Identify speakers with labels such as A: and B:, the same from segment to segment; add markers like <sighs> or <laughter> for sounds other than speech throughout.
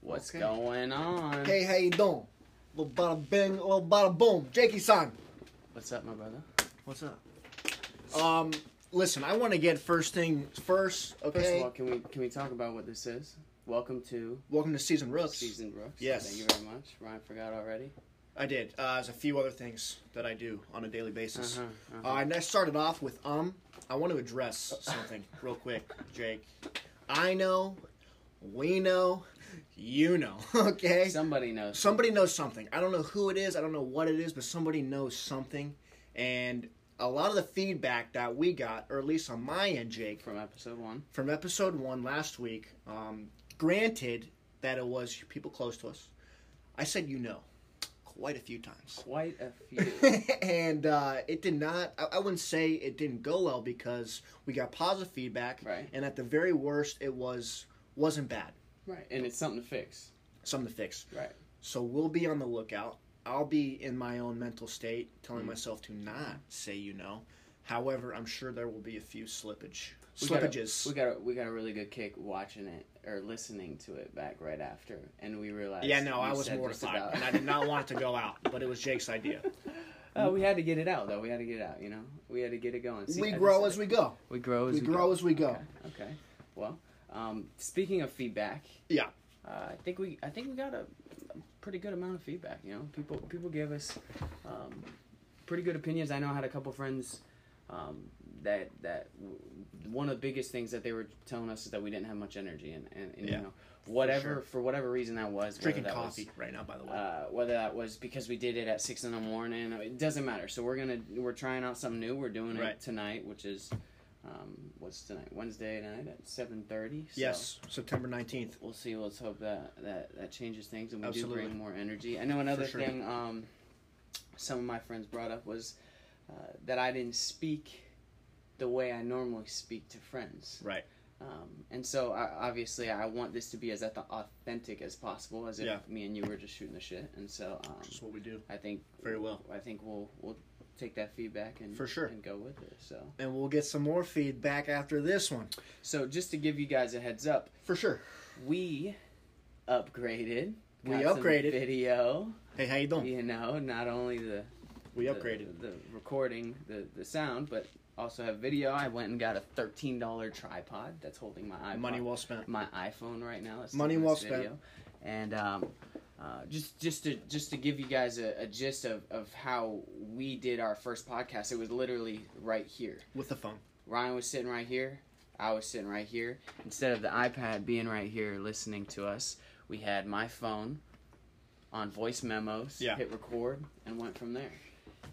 A: What's
B: Okay.
A: going on?
B: Hey, how you doing? Little bada bing, little bada boom. Jakey san.
A: What's up, my brother?
B: What's up? Um, listen, I want to get first thing first. Okay.
A: First of all, can we can we talk about what this is? Welcome to
B: Welcome to season rooks.
A: Season Brooks.
B: Yes.
A: Thank you very much. Ryan forgot already.
B: I did. Uh, there's a few other things that I do on a daily basis.
A: Uh-huh,
B: uh
A: uh-huh.
B: and I started off with um. I want to address something <laughs> real quick, Jake. I know, we know, you know. <laughs> Okay.
A: Somebody knows.
B: somebody knows something. I don't know who it is. I don't know what it is, but somebody knows something. And a lot of the feedback that we got, or at least on my end, Jake,
A: from episode one.
B: from episode one last week, um, granted that it was people close to us, I said you know quite a few times. <laughs>
A: Quite a few. <laughs>
B: and uh, it did not, I, I wouldn't say it didn't go well because we got positive feedback.
A: Right.
B: And at the very worst, it was, wasn't bad.
A: right. And it's something to fix.
B: Something to fix.
A: Right.
B: So we'll be on the lookout. I'll be in my own mental state,
A: Hmm.
B: telling myself to not say you know. However, I'm sure there will be a few slippage
A: We got a-
B: slippages.
A: We got a, we got a really good kick watching it or listening to it back right after, and we realized.
B: yeah, no,
A: we
B: I was
A: said just
B: mortified,
A: about-
B: and I
A: <laughs>
B: did not want it to go out, but it was Jake's idea.
A: Uh, we had to get it out though. We had to get it out. You know, we had to get it going. <laughs> See, I
B: we
A: just
B: grow
A: said
B: as
A: it.
B: we go.
A: we grow as
B: We grow as we go.
A: Okay. okay. Well, um, speaking of feedback,
B: Yeah.
A: uh, I think we I think we got a, a pretty good amount of feedback. You know, people people gave us um, pretty good opinions. I know I had a couple friends um, that that w- one of the biggest things that they were telling us is that we didn't have much energy and and, and
B: Yeah,
A: you know whatever for,
B: sure.
A: whatever reason that was whether
B: Drinking
A: that was-
B: coffee right now, by the way.
A: uh, whether that was because we did it at six in the morning, it doesn't matter. So we're gonna we're trying out something new. We're doing it
B: Right.
A: tonight, which is um, what's tonight Wednesday night at seven thirty. So
B: yes, September nineteenth.
A: we'll see. Let's hope that that, that changes things and we
B: Absolutely.
A: do bring more energy. I know another
B: sure.
A: thing um, some of my friends brought up was uh, that I didn't speak the way I normally speak to friends.
B: Right.
A: Um, and so I, obviously I want this to be as authentic as possible, as if
B: Yeah.
A: me and you were just shooting the shit. And so um,
B: That's what we do
A: I think
B: very well.
A: I think we'll we'll take that feedback and
B: For sure.
A: and go with it. So
B: And we'll get some more feedback after this one,
A: so just to give you guys a heads up,
B: for sure.
A: we upgraded.
B: We
A: got some
B: upgraded.
A: video.
B: Hey, how you doing?
A: You know, not only the
B: We
A: the-
B: upgraded.
A: the, recording, the the sound, but also have video. I went and got a thirteen dollar tripod that's holding my iPod,
B: Money well spent.
A: my iPhone right now. That's
B: Money
A: doing
B: well
A: this video. And um, uh, just just to just to give you guys a, a gist of, of how we did our first podcast, it was literally right here.
B: With the phone.
A: Ryan was sitting right here. I was sitting right here. Instead of the iPad being right here listening to us, we had my phone on voice memos,
B: Yeah.
A: hit record, and went from there.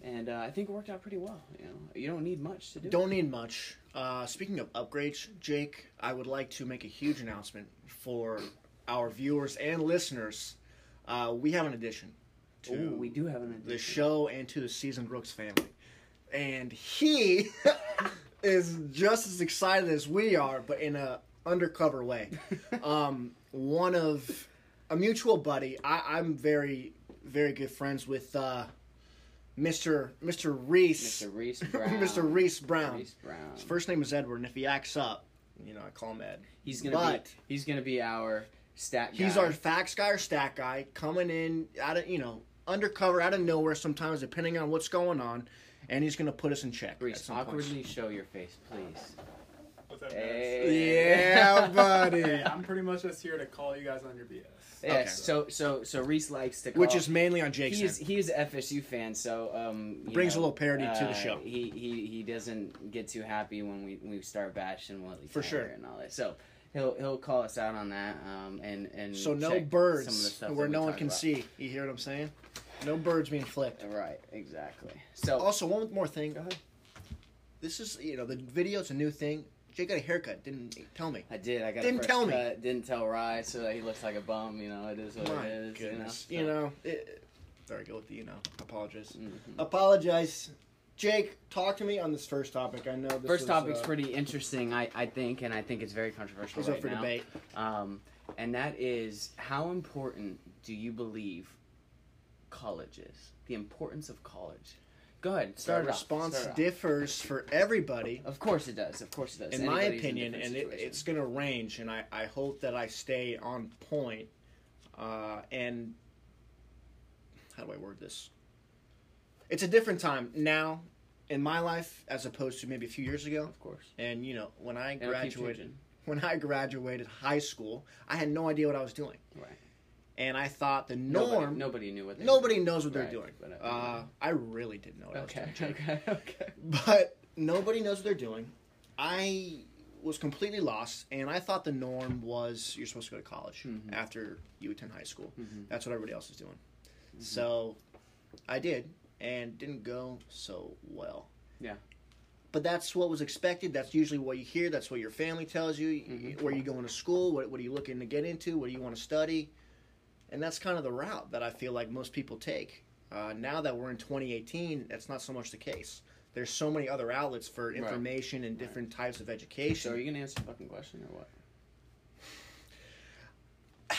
A: And uh, I think it worked out pretty well. You know, you don't need much to do.
B: Don't need much. Uh, speaking of upgrades, Jake, I would like to make a huge announcement for our viewers and listeners. Uh, we have an addition to
A: Ooh, we do have an addition.
B: the show and to the Season Brooks family. And he <laughs> is just as excited as we are, but in a undercover way. um, one of a mutual buddy. I, I'm very, very good friends with uh, Mr. Mr. Reese.
A: Mr.
B: <laughs>
A: Reese Brown.
B: Mr. Reese Brown.
A: Reese Brown.
B: His first name is Edward, and if he acts up, you know, I call him Ed.
A: He's gonna
B: But-
A: be. He's gonna be our stat guy.
B: He's our facts guy or stat guy coming in out of, you know, undercover, out of nowhere sometimes, depending on what's going on, and he's going to put us in check. at
A: Reese.
B: some point.
A: Awkwardly show your face, please.
C: What's up, guys?
A: Hey. <laughs>
B: Yeah, buddy.
C: I'm pretty much just here to call you guys on your BS.
A: Yeah,
B: Okay.
A: So so so Reese likes to. Call
B: Which is mainly on Jake's
A: he is
B: end.
A: he is a FSU fan, so um you
B: Brings a
A: know,
B: little parody to the
A: uh,
B: show.
A: He he he doesn't get too happy when we we start bashing Willie
B: For
A: Taggart
B: sure.
A: and all that. So he'll he'll call us out on that um and and
B: So
A: check
B: no
A: some of the
B: birds
A: stuff
B: where
A: that we
B: no one
A: talk
B: can
A: about.
B: see. You hear what I'm saying? No birds being flicked.
A: Right, exactly. So
B: Also, one more thing.
A: Oh. Go ahead.
B: This is, you know, the video's a new thing. Jake got a haircut. Didn't tell me.
A: I did. I got
B: Didn't
A: a fresh
B: tell me.
A: cut, Didn't tell Rye, so that he looks like a bum. You know, it is what
B: My
A: it is.
B: goodness.
A: You know.
B: it, there I go with the you know. Apologize.
A: Mhm.
B: Apologize. Jake, talk to me on this first topic. I know this
A: First
B: was,
A: topic's
B: uh,
A: pretty interesting, I, I think, and I think it's very controversial
B: is
A: right
B: up for
A: now.
B: debate.
A: Um, and that is how important do you believe college is? The importance of college. Go ahead, start
B: The
A: it off,
B: response
A: start it off.
B: differs for everybody,
A: Of course it does. Of course it does.
B: in my
A: Anybody's a
B: opinion,
A: different
B: and it,
A: situation.
B: it's going to range. And I, I hope that I stay on point Uh, and how do I word this? It's a different time now in my life as opposed to maybe a few years ago.
A: Of course.
B: And you know, when I
A: It'll keep
B: graduated,
A: changing.
B: when I graduated high school, I had no idea what I was doing,
A: Right.
B: and I thought the norm.
A: Nobody- Nobody
B: Nobody,
A: knew what they
B: knows what
A: Right,
B: they're doing.
A: but, uh,
B: uh, I really didn't know what I
A: Okay.
B: was doing,
A: <laughs>
B: Jake.
A: Okay. Okay.
B: <laughs> but nobody knows what they're doing. I was completely lost, and I thought the norm was you're supposed to go to college
A: Mhm.
B: after you attend high school.
A: Mhm.
B: That's what everybody else is doing.
A: Mm-hmm.
B: So I did, and didn't go so well.
A: Yeah.
B: But that's what was expected. That's usually what you hear. That's what your family tells you.
A: Mhm.
B: Where you going to school? What, what are you looking to get into? What do you want to study? And that's kind of the route that I feel like most people take. Uh, now that we're in 2018, that's not so much the case. There's so many other outlets for
A: Right.
B: information and
A: Right.
B: different types of education.
A: So are you gonna answer the fucking question or what?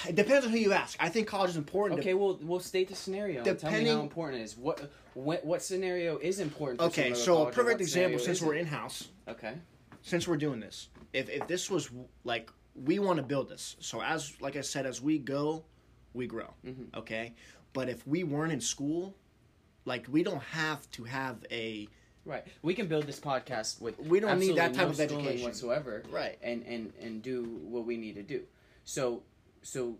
B: It depends on who you ask. I think college is important.
A: Okay, well, we'll state the scenario. and Tell me how
B: Depending-
A: important it is. What what, what scenario is important? For
B: Okay,
A: someone to
B: so
A: college
B: a
A: and
B: perfect
A: what
B: example
A: scenario
B: since we're
A: isn't?
B: in house,
A: Okay.
B: since we're doing this, if if this was like we want to build this, so as like I said, as we go, we grow.
A: Mhm.
B: Okay, but if we weren't in school, like we don't have to have a
A: Right. We can build this podcast with
B: We don't need
A: absolutely
B: that type
A: no
B: of
A: schooling
B: education.
A: whatsoever.
B: Right.
A: And and and do what we need to do. So so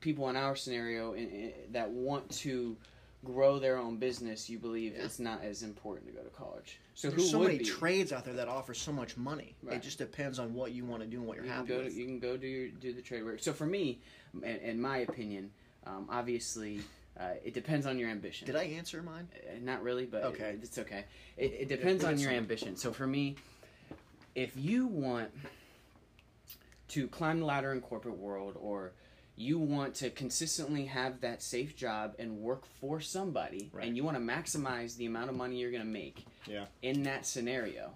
A: people in our scenario in, in, that want to grow their own business, you believe
B: Yeah.
A: it's not as important to go to college. So who
B: there's so
A: would
B: many
A: be?
B: trades out there that offer so much money.
A: Right.
B: It just depends on what you want to do and what you're
A: you can
B: happy
A: go
B: with.
A: you can go do your, do the trade work. So for me, in, in my opinion, um, obviously uh, it depends on your ambition.
B: Did I answer mine?
A: Uh, not really, but
B: Okay.
A: it- it's okay. It, it depends
B: we
A: on
B: get
A: your
B: some-
A: ambition. So for me, if you want to climb the ladder in corporate world, or you want to consistently have that safe job and work for somebody,
B: Right.
A: and you want to maximize the amount of money you're going to make
B: Yeah.
A: in that scenario,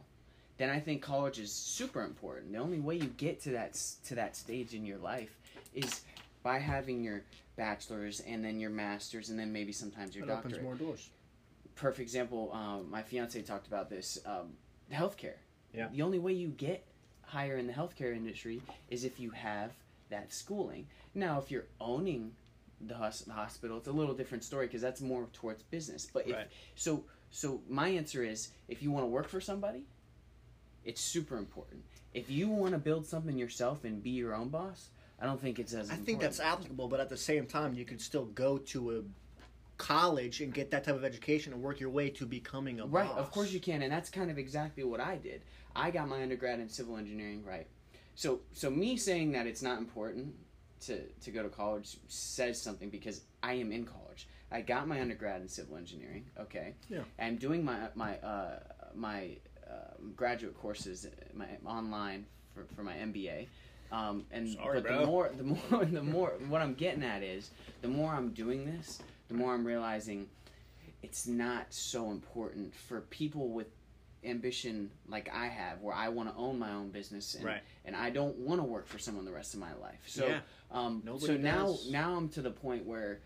A: then I think college is super important. The only way you get to that s- to that stage in your life is by having your bachelor's and then your master's and then maybe sometimes your doctorate
B: more doors.
A: perfect example. Um, my fiance talked about this. Um, healthcare.
B: Yeah.
A: The only way you get higher in the healthcare industry is if you have that schooling. Now, if you're owning the, hos- the hospital, it's a little different story because that's more towards business. But if
B: Right.
A: so, so my answer is if you want to work for somebody, it's super important. If you want to build something yourself and be your own boss, I don't think it's as.
B: I think that's
A: important.
B: applicable, but at the same time, you could still go to a college and get that type of education and work your way to becoming a
A: Right,
B: boss.
A: of course you can, and that's kind of exactly what I did. I got my undergrad in civil engineering right. So so me saying that it's not important to to go to college says something because I am in college. I got my undergrad in civil engineering, okay?
B: Yeah.
A: I'm doing my my uh my um graduate courses uh, my online for, for my MBA. Um, and
B: Sorry,
A: but the
B: bro.
A: more the more <laughs> the more what I'm getting at is the more I'm doing this, the more I'm realizing it's not so important for people with ambition like I have, where I want to own my own business and,
B: Right.
A: and I don't want to work for someone the rest of my life. So,
B: Yeah.
A: um,
B: Nobody
A: so now
B: does.
A: now I'm to the point where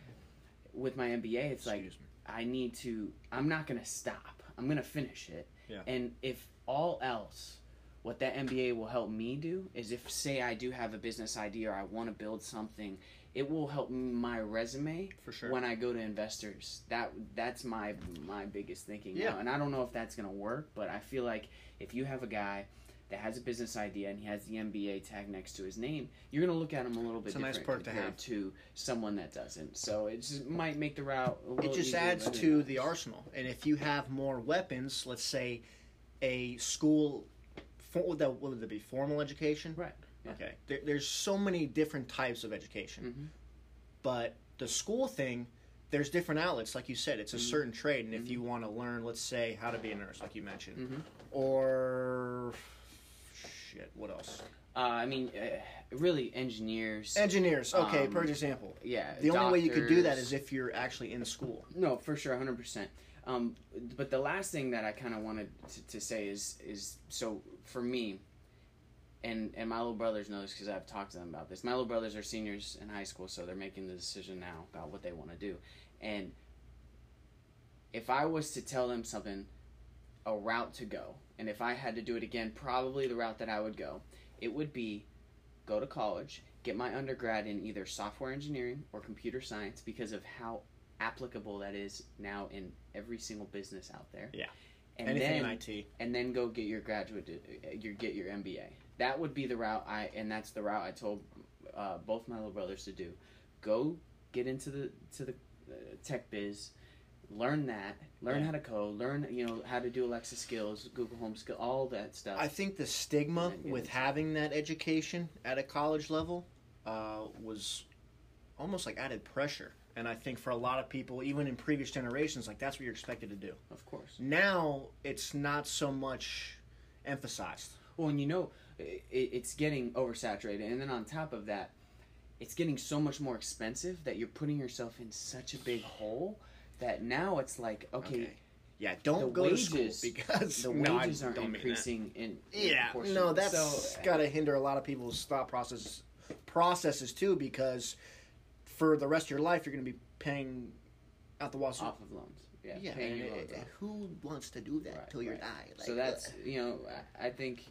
A: with my MBA, it's like
B: Excuse me.
A: I need to. I'm not gonna stop. I'm gonna finish it.
B: Yeah.
A: And if all else, what that MBA will help me do is if say I do have a business idea or I want to build something, it will help my resume
B: For sure.
A: when I go to investors. That that's my my biggest thinking.
B: Yeah.
A: Now. And I don't know if that's gonna work, but I feel like if you have a guy that has a business idea and he has the MBA tag next to his name, you're gonna look at him a little bit
B: It's a
A: different
B: nice perk to
A: compared
B: have.
A: to someone that doesn't. So it just might make the route. A little
B: it just
A: easier,
B: adds
A: but
B: to
A: it-
B: the arsenal. And if you have more weapons, let's say a school, for, what would that what would it be formal education?
A: Right, yeah.
B: Okay. There, there's so many different types of education,
A: Mhm.
B: but the school thing. There's different outlets, like you said. It's a certain trade, and if you want to learn, let's say, how to be a nurse, like you mentioned,
A: Mhm.
B: or shit, what else?
A: Uh, I mean, uh, really, engineers.
B: Engineers. Okay,
A: Um,
B: for example,
A: yeah.
B: the only way you could do that
A: doctors.
B: is if you're actually in school.
A: No, for sure, hundred percent. Um, but the last thing that I kind of wanted to, to say is is so for me, and and my little brothers know this because I've talked to them about this. My little brothers are seniors in high school, so they're making the decision now about what they want to do. And if I was to tell them something, a route to go, and if I had to do it again, probably the route that I would go, it would be go to college, get my undergrad in either software engineering or computer science because of how applicable that is now in every single business out there.
B: Yeah.
A: And
B: Anything
A: then
B: in IT.
A: and then go get your graduate de- your get your MBA. That would be the route I and that's the route I told uh, both my little brothers to do. Go get into the to the uh, tech biz, learn that, learn
B: Yeah.
A: how to code, learn you know how to do Alexa skills, Google Home skill, all that stuff.
B: I think the stigma
A: Yeah, yeah,
B: with
A: it's-
B: having that education at a college level uh, was almost like added pressure. And I think for a lot of people, even in previous generations, like that's what you're expected to do.
A: of course.
B: Now it's not so much emphasized.
A: Well, and you know, i i- it's getting oversaturated, and then on top of that, it's getting so much more expensive that you're putting yourself in such a big hole that now it's like, okay,
B: Yeah, don't
A: The
B: go to
A: wages-
B: school because
A: the
B: <laughs> No, I
A: wages are
B: don't mean that.
A: increasing in, in
B: Yeah,
A: proportion.
B: no, that's
A: So,
B: got to hinder a lot of people's thought processes processes too because for the rest of your life you're going to be paying out the wazoo.
A: off of loans. Yeah,
B: Yeah,
A: paying your
B: and
A: loans
B: it-
A: off.
B: who wants to do that
A: Right,
B: till you
A: right.
B: die? uh,
A: so that's you know, I, I think.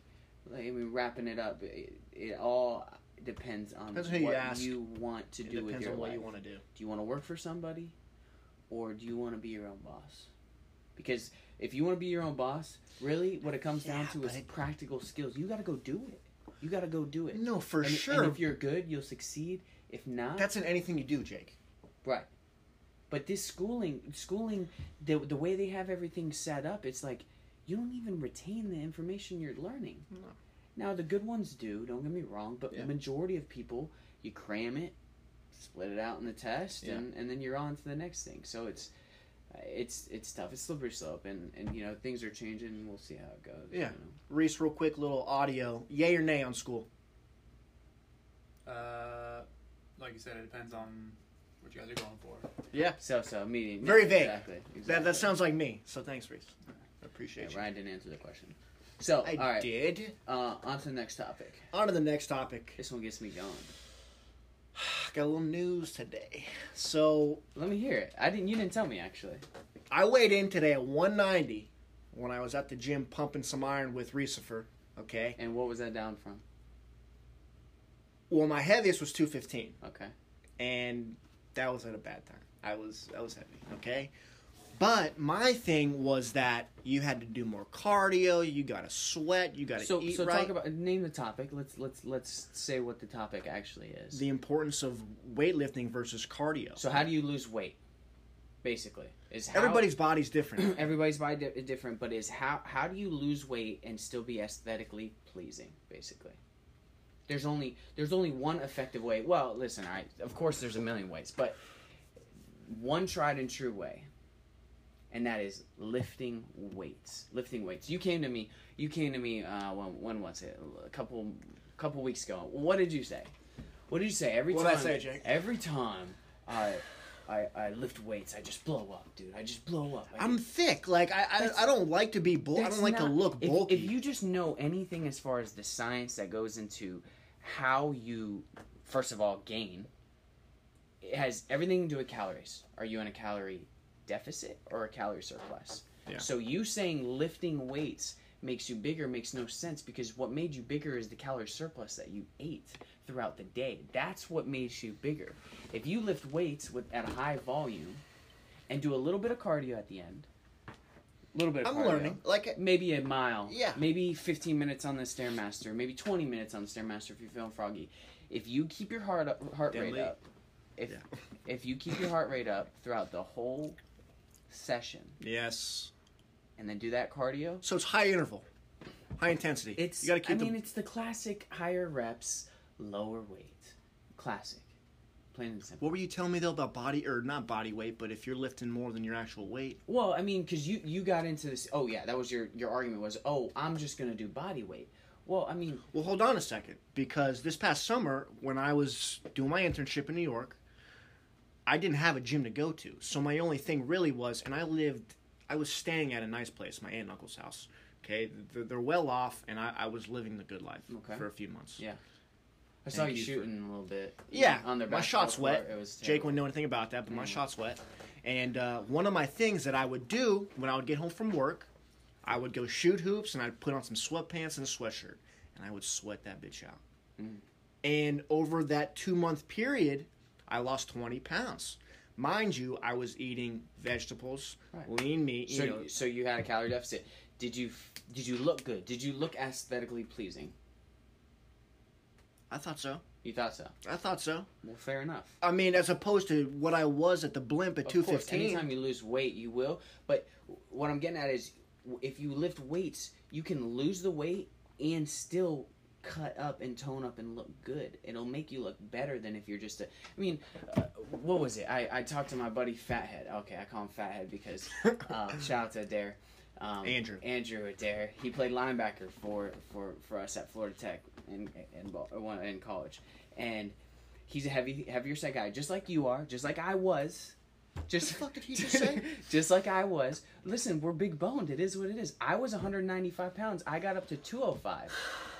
A: Like, I mean, wrapping it up, it, it all depends on
B: Depends who
A: what
B: you ask.
A: you want to
B: it
A: do with
B: depends
A: your
B: on what
A: life.
B: you want to do.
A: do you want to work for somebody or do you want to be your own boss because if you want to be your own boss really what it comes down
B: Yeah,
A: to is
B: but-
A: practical skills you got to go do it you got to go do it
B: No, for
A: and, and
B: sure.
A: if you're good you'll succeed if not
B: that's in anything you do, Jake.
A: but this schooling schooling the, the way they have everything set up it's like you don't even retain the information you're learning
B: No.
A: now the good ones do don't get me wrong but
B: Yeah.
A: the majority of people you cram it split it out in the test
B: Yeah.
A: and, and then you're on to the next thing so it's it's it's tough it's slippery slope and and you know things are changing and we'll see how it goes
B: Yeah.
A: you know?
B: Reese, real quick, little audio. Yay or nay on school?
C: Uh, like you said, it depends on what you guys are going for.
A: so so meeting
B: Very vague.
A: exactly,
B: That that
A: exactly.
B: sounds like me. So thanks, Reese. I
A: yeah,
B: appreciate you.
A: Ryan didn't answer the question so
B: I
A: all right
B: did.
A: uh on to the next topic
B: On to the next topic. <sighs>
A: this one gets me going
B: Got a little news today. So
A: Let me hear it. I didn't. You didn't tell me actually.
B: I weighed in today at 190 when I was at the gym pumping some iron with Reesifer. Okay.
A: And what was that down from?
B: Well, my heaviest was 215.
A: Okay.
B: and that was at a bad time. I was I was heavy, okay. But my thing was that you had to do more cardio. You got to sweat. You got to
A: So
B: eat
A: so
B: right.
A: talk about name the topic. Let's let's let's say what the topic actually is.
B: the importance of weightlifting versus cardio.
A: so how do you lose weight? Basically, is how,
B: Everybody's body's
A: <coughs>
B: <clears throat> different.
A: everybody's body di- different, but is how how do you lose weight and still be aesthetically pleasing? Basically, there's only there's only one effective way. Well, listen, I of course there's a million ways, but one tried and true way, and that is lifting weights. Lifting weights. You came to me. You came to me. Uh, when when was it? A couple couple weeks ago. What did you say? What did you say? Every
B: What'd I
A: time.
B: say, Jake?
A: Every time I. I, I lift weights. I just blow up, dude. I just blow up. I
B: I'm thick. Like I
A: That's-
B: I, I don't like to be bull. I
A: that's
B: don't like to
A: not-
B: look
A: if-
B: bulky.
A: If, you just know anything as far as the science that goes into how you, first of all, gain, it has everything to do with calories. Are you in a calorie deficit or a calorie surplus?
B: Yeah.
A: So you saying lifting weights makes you bigger makes no sense because what made you bigger is the calorie surplus that you ate throughout the day. That's what makes you bigger. If you lift weights with at a high volume and do a little bit of cardio at the end, a little bit of
B: I'm
A: cardio,
B: learning. Like
A: maybe a mile.
B: Yeah.
A: Maybe 15 minutes on the stairmaster. Maybe 20 minutes on the stairmaster if you're feeling froggy. If you keep your heart up, heart rate
B: Deadly.
A: up, if
B: Yeah.
A: if you keep your heart rate up throughout the whole session
B: yes.
A: and then do that cardio,
B: So it's high interval, high intensity.
A: it's
B: you got to
A: I
B: keep the
A: mean it's the classic higher reps, lower weight. Classic. Plain and simple.
B: What were you telling me though about body or not body weight, but if you're lifting more than your actual weight?
A: Well, I mean, because you you got into this. Oh yeah, that was your your argument was. Oh, I'm just gonna do body weight. Well, I mean,
B: Well, hold on a second because this past summer when I was doing my internship in New York, I didn't have a gym to go to. So my only thing really was and I lived I was staying at a nice place, my aunt and uncle's house. Okay, they're, they're well off and I, I was living the good life
A: Okay.
B: for a few months.
A: Yeah. I saw
B: Thank
A: you
B: you for-
A: shooting a little bit.
B: Yeah,
A: on their
B: my
A: basketball
B: shot's
A: court.
B: wet.
A: It was
B: Jake
A: terrible.
B: wouldn't know anything about that, but
A: Mm.
B: my shot's wet. And uh, one of my things that I would do when I would get home from work, I would
A: Mm.
B: go shoot hoops and I'd put on some sweatpants and a sweatshirt and I would sweat that bitch out. And over that two month period, I lost 20 pounds. Mind you, I was eating vegetables,
A: Right.
B: lean meat. You
A: So,
B: know,
A: so you had a calorie deficit. Did you f- did you look good? Did you look aesthetically pleasing?
B: I thought so.
A: You thought so.
B: I thought so.
A: Well, fair enough.
B: I mean, as opposed to what I was at the blimp at
A: Of course,
B: 215.
A: anytime you lose weight, you will. But what I'm getting at is, w- if you lift weights, you can lose the weight and still cut up and tone up and look good. It'll make you look better than if you're just a. I mean, uh, what was it? I, I talked to my buddy Fathead. Okay, I call him Fathead
B: <laughs>
A: because uh, shout out to Adair. Um,
B: Andrew.
A: Andrew Adair. He played linebacker for for for us at Florida Tech in in, ball- or one- in college, and. He's a heavy, heavier set guy, just like you are, just like I was, just <laughs>
B: The fuck did he just say?
A: just like I was. Listen, we're big boned. It is what it is. I was 195 pounds. I got up to 205.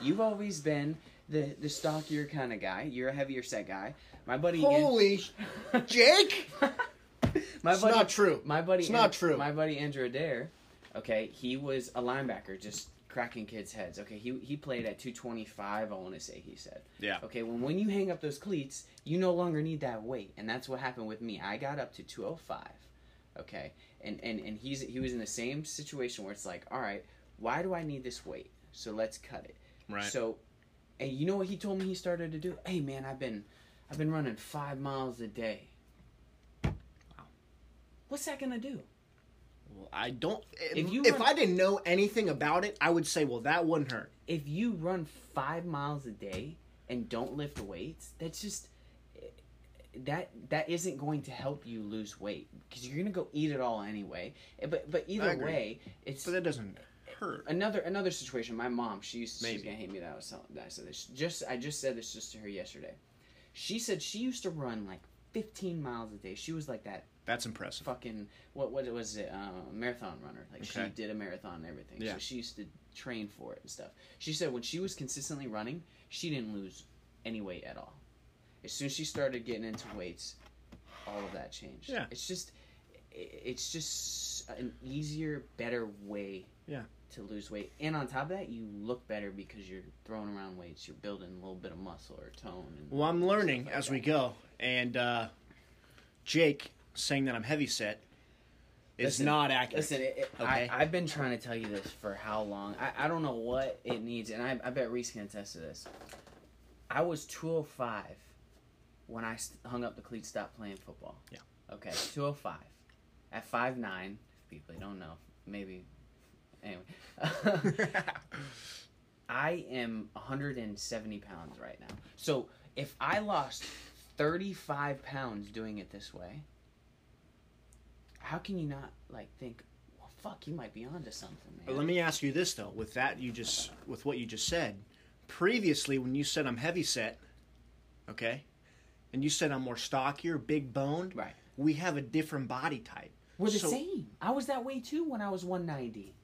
A: You've always been the the stockier kind of guy. You're a heavier set guy. My buddy. An-
B: Holy Jake!
A: <laughs> my
B: It's
A: buddy,
B: not true.
A: My buddy.
B: It's not true.
A: My buddy Andrew Adair. Okay, he was a linebacker, just cracking kids' heads. Okay, he he played at 225. I want to say he said.
B: Yeah.
A: Okay, when when you hang up those cleats, you no longer need that weight, and that's what happened with me. I got up to 205. Okay, and and and he's he was in the same situation where it's like, all right, why do I need this weight? So let's cut it.
B: Right.
A: So, and you know what he told me he started to do? Hey man, I've been I've been running five miles a day. What's that gonna do?
B: Well, I don't. If,
A: If you
B: if
A: run-
B: I didn't know anything about it, I would say, well, that wouldn't hurt.
A: If you run five miles a day and don't lift weights, that's just that that isn't going to help you lose weight because you're gonna go eat it all anyway. Eh, But but either
B: agree.
A: way, it's
B: But that doesn't hurt.
A: another another situation. My mom, she used she's
B: Maybe.
A: gonna hate me that I was telling- that I said this. Just I just said this just to her yesterday. She said she used to run like 15 miles a day. She was like that
B: That's impressive.
A: fucking what what was it uh, marathon runner like
B: Okay.
A: she did a marathon and everything
B: Yeah.
A: so she used to train for it and stuff she said when she was consistently running she didn't lose any weight at all as soon as she started getting into weights all of that changed
B: Yeah.
A: it's just i- it's just an easier better way
B: Yeah.
A: to lose weight and on top of that you look better because you're throwing around weights you're building a little bit of muscle or tone and
B: Well, I'm learning as we go, and uh, Jake saying that I'm heavy set is
A: Listen,
B: not accurate.
A: Listen, it, it,
B: Okay.
A: I, I've been trying to tell you this for how long. I, I don't know what it needs, and I, I bet Reese can attest to this. I was 205 when I st- hung up the cleats, stopped playing football.
B: Yeah.
A: Okay, 205. At 5'9, if people don't know, maybe.
B: <laughs>
A: Anyway. <laughs> I am 170 pounds right now. So if I lost 35 pounds doing it this way, how can you not like think, well, fuck, you might be onto something, man.
B: But let me ask you this though: with that you just, with what you just said, previously when you said I'm heavy set, okay, and you said I'm more stockier, big boned,
A: Right.
B: We have a different body type.
A: We're the
B: So-
A: same. I was that way too when I was 190.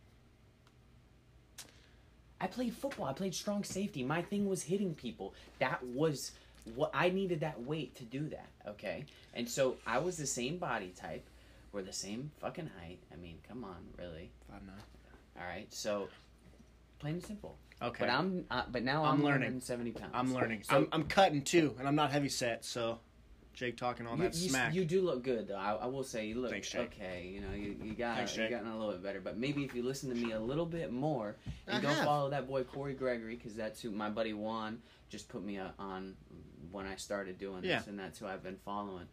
A: I played football. I played strong safety. My thing was hitting people. That was what I needed that weight to do that. Okay. And so I was the same body type. We're the same fucking height. I mean, come on, really.
B: Five nine.
A: All right. So plain and simple.
B: Okay.
A: But I'm uh, but now
B: I'm
A: I'm,
B: learning.
A: learning 70 pounds.
B: I'm learning.
A: So
B: I'm, I'm cutting too, and I'm not heavy set. So, Jake talking all
A: you,
B: that
A: you,
B: smack.
A: you do look good though. I, I will say you look
B: Thanks, Jake.
A: okay. You know you, you got
B: Thanks,
A: you
B: Jake.
A: gotten a little bit better. But maybe if you listen to me a little bit more and
B: I
A: go
B: have.
A: follow that boy Corey Gregory because that's who my buddy Juan just put me uh, on when I started doing
B: Yeah.
A: this and that's who I've been following.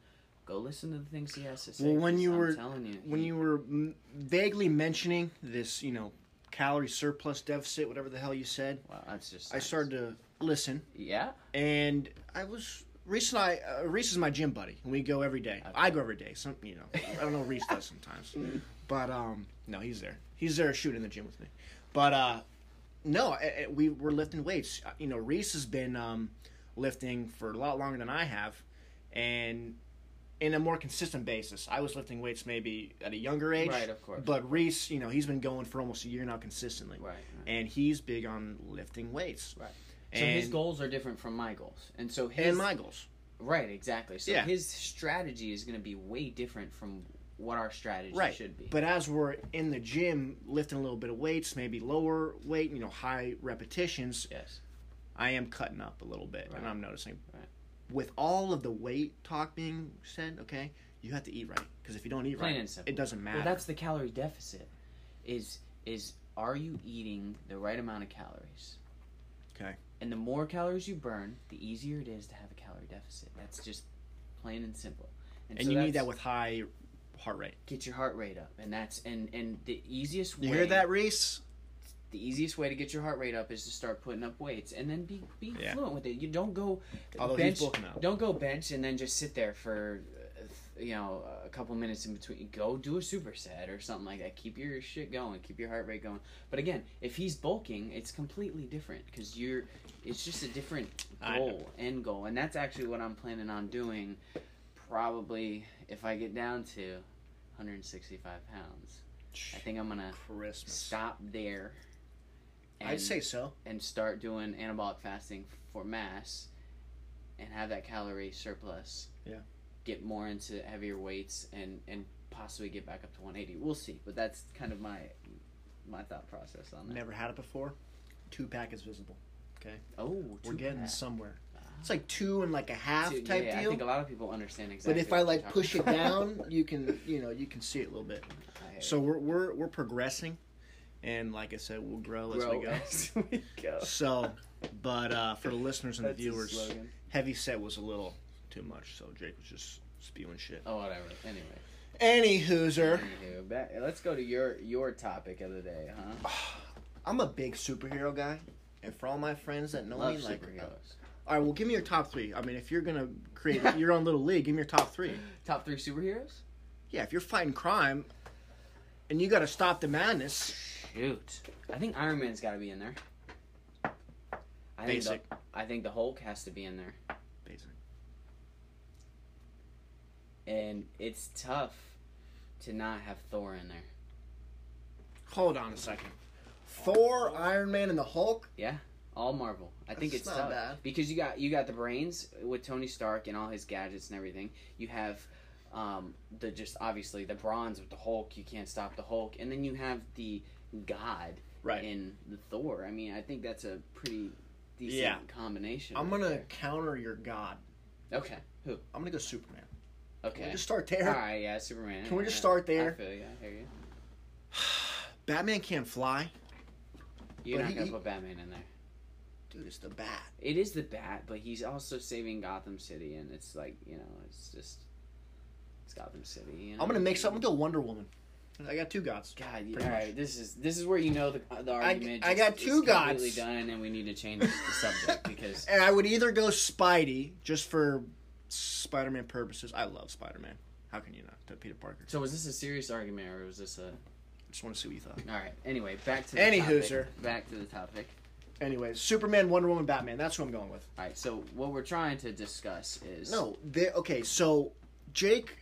A: Go listen to the things he has to say.
B: Well, when
A: 'cause
B: you
A: I'm
B: were-
A: telling you
B: when
A: he-
B: you were m- vaguely mentioning this, you know, calorie surplus deficit, whatever the hell you said,
A: wow that's just
B: I started to listen,
A: yeah
B: and I was Reese and I. Uh, Reese is my gym buddy, and we go every day. I go every day. Some, you know, I don't know. Reese
A: <laughs>
B: does sometimes, but um, no, he's there. He's there shooting the gym with me, but uh, no, I, I- we were lifting weights. Uh, You know, Reese has been um, lifting for a lot longer than I have, and in a more consistent basis. I was lifting weights maybe at a younger age,
A: Right, of course.
B: But Reese, you know, he's been going for almost a year now consistently,
A: right. right.
B: and he's big on lifting weights,
A: Right. So
B: And,
A: his goals are different from my goals, and so his
B: and my goals.
A: right exactly. So
B: Yeah.
A: his strategy is going to be way different from what our strategy
B: right.
A: should be.
B: But as we're in the gym lifting a little bit of weights, maybe lower weight, you know, high repetitions,
A: yes,
B: I am cutting up a little bit,
A: Right.
B: and I'm noticing.
A: Right.
B: With all of the weight talk being said, okay, you have to eat right because if you don't eat
A: Plain
B: right,
A: and simple.
B: it doesn't matter.
A: Well, that's the calorie deficit. Is is are you eating the right amount of calories?
B: Okay.
A: And the more calories you burn, the easier it is to have a calorie deficit. That's just plain and simple.
B: and
A: so
B: you need
A: that's-
B: that with high heart rate.
A: get your heart rate up, and that's and and the easiest way.
B: You hear that, Reese?
A: The easiest way to get your heart rate up is to start putting up weights, and then be be
B: Yeah.
A: fluent with it. You don't go
B: Although
A: bench.
B: he's booking up.
A: Don't go bench and then just sit there for, uh, th- you know, a couple minutes in between. Go do a superset or something like that. Keep your shit going. Keep your heart rate going. But again, if he's bulking, it's completely different because you're. It's just a different
B: I
A: goal, end goal, and that's actually what I'm planning on doing. Probably if I get down to 165 pounds, I think I'm gonna
B: Christmas.
A: stop there.
B: I'd say so.
A: and start doing anabolic fasting for mass and have that calorie surplus.
B: Yeah.
A: Get more into heavier weights and and possibly get back up to 180. We'll see, but that's kind of my my thought process on that.
B: Never had it before. Two pack is visible.
A: Oh,
B: We're
A: two
B: getting
A: pack.
B: somewhere.
A: Ah.
B: It's like two and like a half
A: Two-
B: type
A: yeah, I
B: deal.
A: think a lot of people understand
B: but
A: exactly.
B: if I
A: what
B: like
A: you're
B: push it
A: <laughs> talking about.
B: down, you can you know you can see it a little bit.
A: I-
B: So we're we're we're progressing, and like I said, we'll grow as
A: Grow
B: we go.
A: as <laughs> we
B: <laughs>
A: go.
B: So, but uh, for the listeners and the
A: That's his
B: viewers,
A: slogan.
B: heavy set was a little too much. So Jake was just spewing shit.
A: Oh, whatever. Anyway.
B: Any hooser.
A: Anywho, back, let's go to your your topic of the day, huh?
B: I'm a big superhero guy, and for all my friends that know
A: Love
B: me, like,
A: superheroes.
B: all right, well, give me your top three. I mean, if you're gonna
A: <laughs>
B: create your own little league, give me your top three.
A: Top three superheroes?
B: Yeah, if you're fighting crime, and you gotta stop the madness,
A: Shoot. I think Iron Man's got to be in there. I Think
B: basic,
A: the, I think the Hulk has to be in there.
B: basic.
A: And it's tough to not have Thor in there.
B: Hold on a second. Thor, Iron Man, and the Hulk.
A: All Marvel. I think
B: That's
A: it's
B: not
A: tough.
B: bad.
A: Because you got you got the brains with Tony Stark and all his gadgets and everything. You have um, the just obviously the bronze with the Hulk, you can't stop the Hulk, and then you have the god
B: Right.
A: in the Thor. I mean, I think that's a pretty decent
B: Yeah.
A: combination.
B: I'm
A: right
B: gonna counter your god.
A: there. Okay. Who?
B: I'm gonna go Superman. Can we
A: Okay.
B: just start
A: All
B: there?
A: right, yeah, Superman.
B: Can we just
A: yeah.
B: start there?
A: I feel you. I hear you.
B: Batman can't fly.
A: You're
B: But
A: not
B: he-
A: gonna
B: he-
A: put Batman in there.
B: Dude, it's the bat.
A: It is the Bat, but he's also saving Gotham City, and it's like you know, it's just it's Gotham City. You know?
B: I'm gonna mix up into Wonder Woman. I got two gods.
A: Mm. God, you, all
B: pretty much.
A: right. This is this is where you know the the argument.
B: I
A: is-
B: got
A: is
B: two gods.
A: completely done, and we need to change the subject because <laughs>
B: And I would either go Spidey just for Spider-Man purposes. I love Spider-Man. How can you not? To Peter Parker.
A: So was this a serious argument or was this a
B: Just want to see what you thought.
A: all right? Anyway, back to the
B: Any
A: topic.
B: hooser.
A: Back to the topic.
B: Anyway, Superman, Wonder Woman, Batman. That's who I'm going with.
A: All right. So what we're trying to discuss is
B: No, they okay. So Jake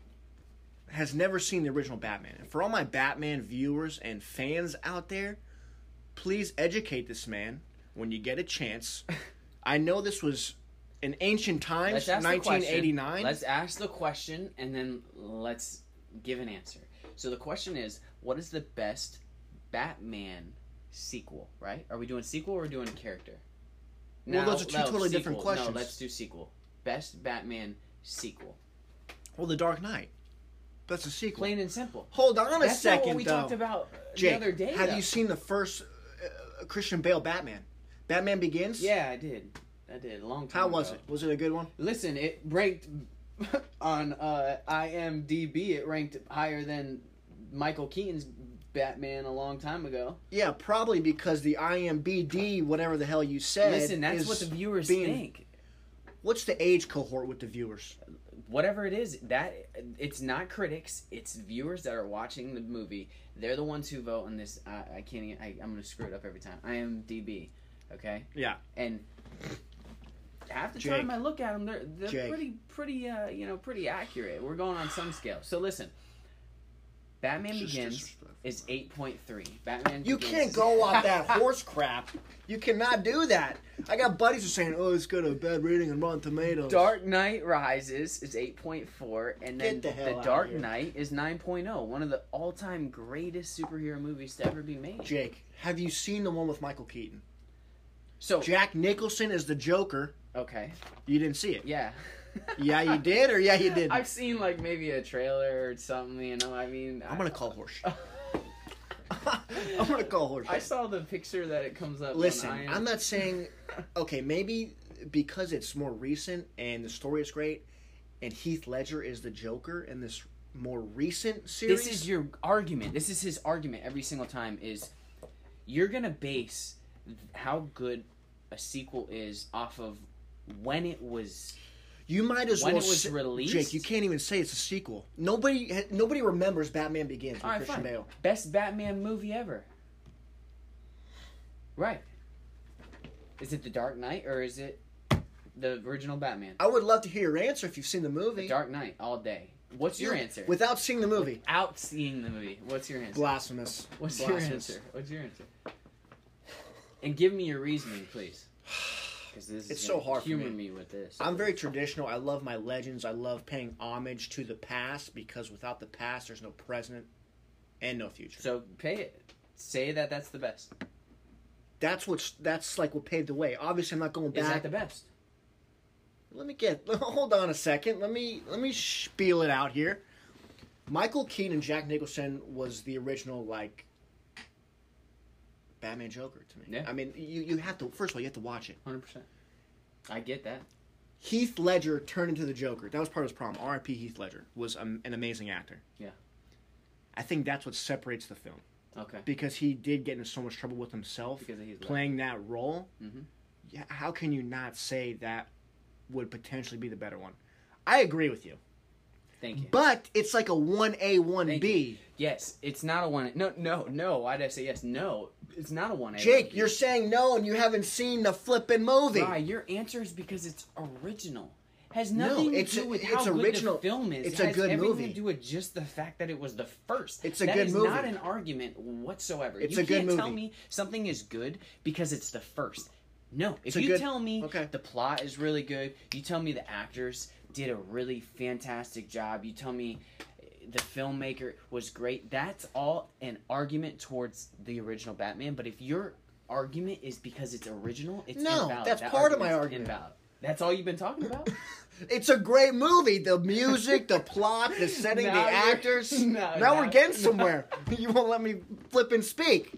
B: has never seen the original Batman. And for all my Batman viewers and fans out there, please educate this man when you get
A: <laughs>
B: a chance. I know this was in ancient times,
A: Let's ask the question.
B: 1989.
A: Let's ask the question and then let's give an answer. So the question is, what is the best Batman sequel? Right? Are we doing sequel or doing character?
B: Well, those are two
A: no,
B: totally different
A: sequel. No,
B: questions.
A: let's do sequel. Best Batman sequel.
B: Well, The Dark Knight. That's a sequel.
A: Plain and simple.
B: Hold on a
A: That's
B: second,
A: not what we
B: though.
A: talked about uh,
B: Jake,
A: the other day.
B: have
A: though.
B: you seen the first uh, Christian Bale Batman? Batman Begins.
A: Yeah, I did. I did a long time.
B: How was
A: ago.
B: it? Was it a good one?
A: Listen, it ranked <laughs> on uh, IMDb. It ranked higher than Michael Keaton's Batman a long time ago.
B: Yeah, probably because the IMBD, whatever the hell you said.
A: Listen, that's
B: is-
A: what the viewers
B: being-
A: think.
B: What's the age cohort with the viewers?
A: Whatever it is, that it's not critics. It's viewers that are watching the movie. They're the ones who vote on this. I, I can't. Even, I, I'm gonna screw it up every time. IMDb. Okay.
B: Yeah.
A: And. Half the
B: Jake.
A: time I look at them, they're they're
B: Jake.
A: pretty pretty uh, you know pretty accurate. We're going on some scale. So listen, Batman Begins is 8.3. Batman.
B: You
A: Begins
B: can't
A: is-
B: go
A: <laughs>
B: off that <laughs> horse crap. You cannot do that. I got buddies who are saying, "Oh, it's got a bad rating on Rotten Tomatoes."
A: Dark Knight Rises is 8.4, and then
B: Get the
A: the,
B: hell outta
A: Dark
B: here.
A: Knight is 9.0, one of the all-time greatest superhero movies to ever be made.
B: Jake, have you seen the one with Michael Keaton?
A: So
B: Jack Nicholson is the Joker.
A: okay,
B: You didn't see it.
A: yeah,
B: Yeah, you did, or
A: <laughs>
B: yeah, you didn't.
A: I've seen like maybe a trailer or something. You know, I mean,
B: I'm gonna call horse.
A: I,
B: <laughs> I'm gonna call horse.
A: <laughs> I saw the picture that it comes up. on
B: Listen,
A: IM-
B: I'm not saying okay, maybe because it's more recent and the story is great, and Heath Ledger is the Joker in this more recent series.
A: This is your argument. This is his argument every single time is you're going to base how good a sequel is off of when it was
B: you might as
A: when
B: well
A: it was
B: say-
A: released?
B: Jake, you can't even say it's a sequel. Nobody ha- nobody remembers Batman Begins with
A: All right,
B: Christian
A: fine.
B: Bale.
A: best Batman movie ever. Right. Is it The Dark Knight or is it the original Batman?
B: I would love to hear your answer if you've seen the
A: The
B: movie.
A: Dark Knight all day. What's your answer?
B: Without seeing the movie.
A: Without seeing the movie, what's your answer?
B: Blasphemous.
A: What's
B: Blasphemous.
A: your answer? What's your answer? And give me your reasoning,
B: <sighs>
A: please. Because this
B: It's
A: is
B: so
A: gonna
B: hard for
A: Humor
B: me.
A: me. with this.
B: I'm very traditional. I love my legends. I love paying homage to the past because without the past, there's no present and no future.
A: so pay it. Say that that's the best.
B: that's what's that's like what paved the way. Obviously, I'm not going
A: Is that
B: back.
A: the best?
B: let me get <laughs> hold on a second. Let me let me spiel it out here. Michael Keaton and Jack Nicholson was the original like Batman Joker to me.
A: Yeah.
B: I mean, you you have to first of all you have to watch it.
A: Hundred percent. I get that.
B: Heath Ledger turned into the Joker. That was part of his problem. R.I.P. Heath Ledger was um, an amazing actor.
A: Yeah.
B: I think that's what separates the film
A: Okay.
B: because he did get into so much trouble with himself
A: Because he's black.
B: playing that role.
A: Mhm.
B: Yeah, how can you not say that would potentially be the better one? I agree with you,
A: Thank you.
B: but it's like a one A one
A: Thank you.
B: B.
A: Yes, it's not a one. No, no, no. Why did I say yes? No, it's not a one. A,
B: Jake,
A: one B.
B: you're saying no, and you haven't seen the flippin' movie.
A: Why? Your answer is because it's original. Has
B: No,
A: nothing
B: it's-
A: to do with
B: it's
A: how
B: original.
A: good the film is.
B: It's
A: it
B: a
A: has
B: good
A: everything
B: movie.
A: to do with just the fact that it was the first.
B: It's a
A: That
B: good
A: is
B: movie.
A: not an argument whatsoever.
B: It's
A: you
B: a good
A: can't tell
B: movie.
A: me something is good because it's the first. No, if
B: a
A: you
B: good-
A: tell me
B: okay.
A: the plot is really good, you tell me the actors did a really fantastic job, you tell me the filmmaker was great. That's all an argument towards the original Batman. But if your argument is because it's original, it's
B: No,
A: invalid.
B: that's
A: That
B: part of my
A: argument's
B: argument.
A: Invalid. That's all you've been talking
B: <laughs>
A: about.
B: It's a great movie. The music, the plot, the setting,
A: Now
B: the
A: you're-
B: actors.
A: <laughs> no,
B: now,
A: now-
B: we're getting somewhere. <laughs> you won't let me flip and speak.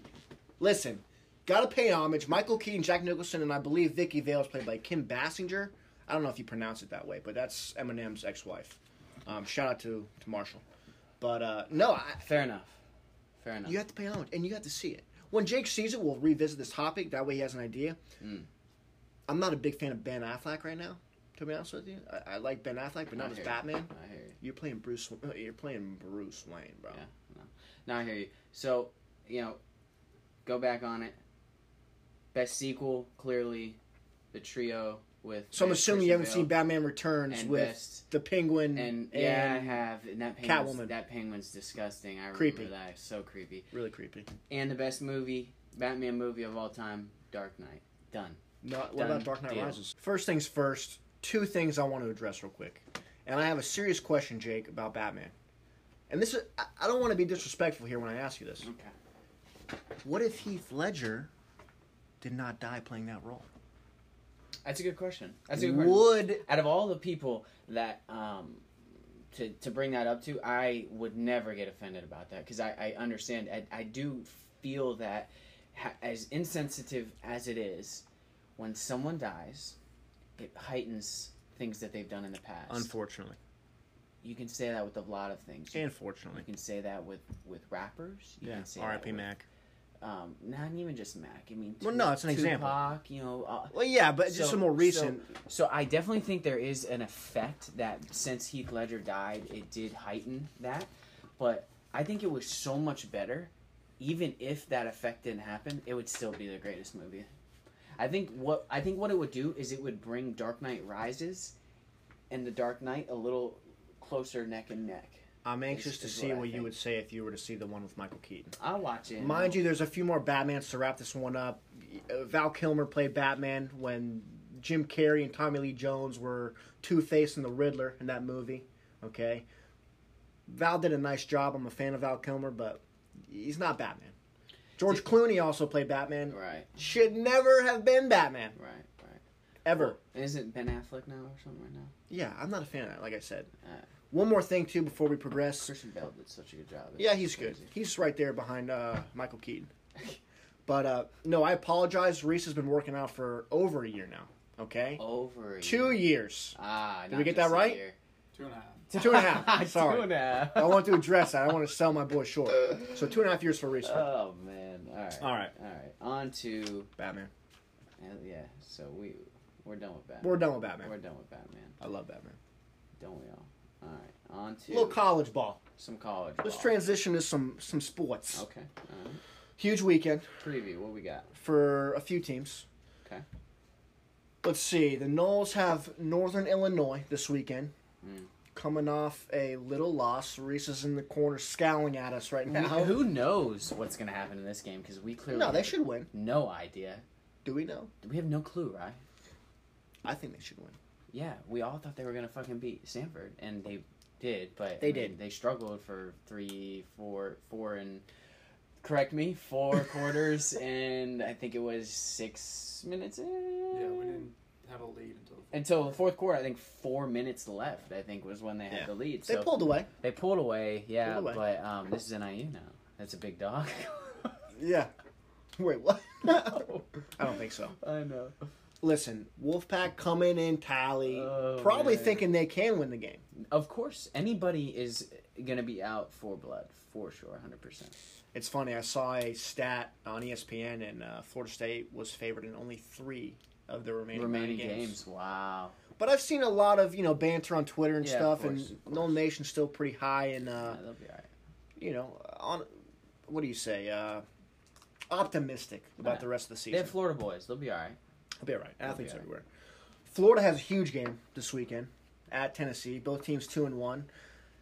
B: Listen, gotta pay homage. Michael Keaton, Jack Nicholson, and I believe Vicky Vale is played by Kim Bassinger. I don't know if you pronounce it that way, but that's Eminem's ex-wife. Um, shout out to to Marshall. But uh, no, I,
A: Fair enough. Fair enough.
B: you have to pay homage, and you have to see it. When Jake sees it, we'll revisit this topic. That way, he has an idea.
A: Mm.
B: I'm not a big fan of Ben Affleck right now. To be honest with you, I, I like Ben Affleck, but not
A: I
B: as
A: hear you.
B: Batman.
A: I hear you.
B: You're playing Bruce. Uh, You're playing Bruce Wayne, bro.
A: Yeah. Now I hear you. So you know, go back on it. Best sequel, clearly, the trio with.
B: So I'm
A: with
B: assuming you
A: Christian
B: haven't seen
A: Bale
B: Batman Returns
A: and
B: with
A: Best.
B: the Penguin
A: And
B: and,
A: yeah, I have. And that penguin's,
B: Catwoman.
A: That penguin's disgusting. I remember
B: Creepy.
A: that. It's so creepy.
B: really creepy.
A: And the best movie, Batman movie of all time, Dark Knight. Done.
B: No, what
A: Done
B: about Dark Knight
A: deal.
B: Rises? First things first. Two things I want to address real quick, and I have a serious question, Jake, about Batman. And this is I, I don't want to be disrespectful here when I ask you this.
A: Okay.
B: What if Heath Ledger did not die playing that role?
A: That's a good question. That's a good question.
B: Would
A: Out of all the people that um, to to bring that up to, I would never get offended about that because I, I understand. I, I do feel that ha- as insensitive as it is, when someone dies, it heightens things that they've done in the past.
B: unfortunately,
A: you can say that with a lot of things. You
B: unfortunately,
A: You can say that with with rappers. You
B: yeah.
A: Can say that
B: R.I.P.
A: with,
B: Mac.
A: Um, not even just Mac. I mean,
B: Well, no, it's an example.
A: Tupac, You know, uh,
B: Well, yeah, but just
A: so-
B: a more recent.
A: So, so I definitely think there is an effect that since Heath Ledger died, it did heighten that. But I think it was so much better. Even if that effect didn't happen, it would still be the greatest movie. I think what I think what it would do is it would bring Dark Knight Rises and The Dark Knight a little closer neck and neck.
B: I'm anxious to
A: is
B: see
A: what I
B: what you
A: think.
B: would say if you were to see the one with Michael Keaton.
A: I'll watch it.
B: Mind you, there's a few more Batmans to wrap this one up. Uh, Val Kilmer played Batman when Jim Carrey and Tommy Lee Jones were Two Face and the Riddler in that movie. Okay, Val did a nice job. I'm a fan of Val Kilmer, but he's not Batman. George Clooney also played Batman.
A: Right,
B: Should never have been Batman
A: right, right.
B: ever.
A: Isn't Ben Affleck now or something right now?
B: Yeah, I'm not a fan of that. Like I said.
A: Alright.
B: One more thing too before we progress.
A: Christian Bale did such a good job. It's
B: Yeah, he's good.
A: crazy.
B: He's right there behind uh, Michael Keaton. But uh, no, I apologize. Reese has been working out for over a year now. Okay,
A: Over a
B: two
A: year.
B: years.
A: Ah,
B: Did we
A: not
B: get
A: just
B: that
A: a
B: right?
A: year.
C: Two and a half.
B: Two and a half.
A: <laughs>
B: Sorry.
A: Two and a half.
B: I want to address that. I want to sell my boy short. So two and a half years for Reese.
A: Oh man! All right.
B: All right.
A: All right. On to
B: Batman.
A: hell yeah. So we we're done with Batman.
B: We're done with Batman.
A: We're done with Batman,
B: I love Batman.
A: don't we all? All right. On to
B: little college ball.
A: some college.
B: Let's
A: ball.
B: transition to some some sports.
A: Okay. All right.
B: Huge weekend
A: Preview. What we
B: <laughs>
A: got?
B: for a few teams.
A: Okay.
B: Let's see. The Knolls have Northern Illinois this weekend.
A: Mm.
B: Coming off a little loss. Reese is in the corner scowling at us right now.
A: Who who knows what's gonna happen in this game? Because we clearly
B: No, they
A: have
B: should win.
A: no idea.
B: Do we know?
A: We have no clue, right?
B: I think they should win.
A: Yeah, we all thought they were gonna fucking beat Stanford, and they did, but
B: They
A: I mean,
B: did.
A: They struggled for three, four, four, and correct me,
B: <laughs>
A: four quarters, and I think it was six minutes. In?
C: Yeah, we didn't have a lead until the fourth.
A: Until the fourth quarter, I think four minutes left. I think was when they had
B: Yeah.
A: the lead.
B: They
A: So
B: pulled away.
A: they pulled away. Yeah,
B: Pulled away.
A: but um, this is NIU now. That's a big dog.
B: <laughs> Yeah. Wait, what? I don't think so.
A: <laughs> I know.
B: Listen, Wolfpack coming in tally,
A: Oh,
B: probably
A: man.
B: thinking they can win the game.
A: Of course, anybody is gonna be out for blood for sure, hundred percent.
B: It's funny. I saw a stat on ESPN, and uh, Florida State was favored in only three of the remaining,
A: Remaining
B: nine games.
A: games. Wow.
B: But I've seen a lot of you know banter on Twitter and
A: Yeah, of
B: stuff,
A: course,
B: and
A: of course.
B: Nolan Nation's still pretty high in uh,
A: Yeah, they'll be all right.
B: you know on what do you say uh, optimistic about
A: Nah.
B: the rest of the
A: They
B: season.
A: have Florida boys. They'll be all right.
B: I'll be all right. Athletes
A: all right.
B: everywhere. Florida has a huge game this weekend at Tennessee. Both teams two and one.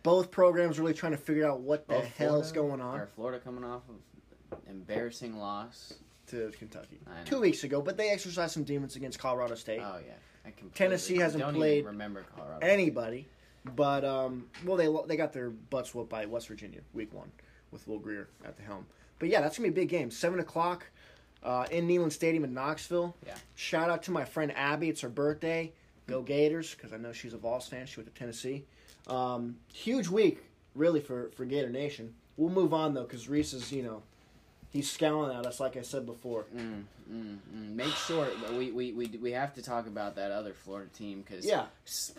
B: Both programs really trying to figure out what the
A: Both
B: hell's
A: Florida
B: going on
A: Or Florida coming off of embarrassing loss.
B: to Kentucky.
A: I know.
B: Two weeks ago, but they exercised some demons against Colorado State.
A: Oh yeah, I completely-
B: Tennessee hasn't
A: don't
B: played
A: Even remember Colorado?
B: anybody. But um, well, they they got their butts whooped by West Virginia week one with Will Greer at the helm. But yeah, that's gonna be a big game. Seven o'clock uh, in Neyland Stadium in Knoxville.
A: Yeah.
B: Shout out to my friend Abby. It's her birthday. Go Gators because I know she's a Vols fan. She went to Tennessee. Um, huge week really for for Gator Nation. We'll move on though because Reese is you know he's scowling at us like I said before.
A: Mm, mm, mm. Make sure we, we we we have to talk about that other Florida team because
B: Yeah.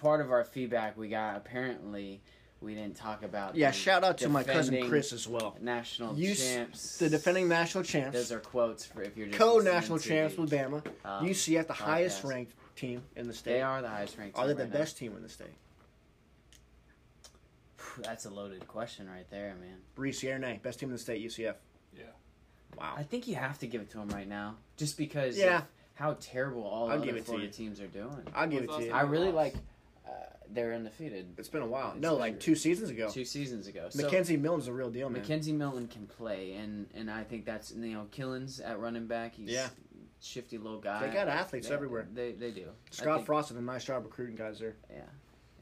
A: part of our feedback we got apparently we didn't talk about.
B: Yeah.
A: the
B: Shout out to my cousin
A: defending
B: Chris as well.
A: National
B: You s-
A: champs.
B: The defending national champs.
A: Those are quotes for if you're just listening
B: co-national
A: to
B: champs
A: the,
B: with Bama.
A: um,
B: UCF, the
A: podcast.
B: highest ranked team in the state.
A: They are the highest ranked.
B: Are they
A: team
B: the
A: right now.
B: best team in the state?
A: That's a loaded question right there, man.
B: Reese Yernay, best team in the state. UCF.
C: Yeah.
B: Wow.
A: I think you have to give it to him right now, just because
B: Yeah.
A: of how terrible all
B: I'll
A: other
B: give it to
A: Florida
B: you.
A: teams are doing.
B: I'll give it
C: When's
B: to
C: the
B: you.
C: last
A: I
C: time
A: really like
C: lost?
A: uh, they're undefeated
B: It's been a while.
A: It's
B: No,
A: been-
B: like two seasons ago.
A: two seasons ago. So
B: Mackenzie Milton's a real deal, man.
A: Mackenzie Milton can play, and and I think that's you know Killins at running back. He's
B: Yeah.
A: shifty little guy.
B: They got athletes everywhere.
A: They they do. I
B: Scott
A: think-
B: Frost did a nice job recruiting guys there.
A: Yeah,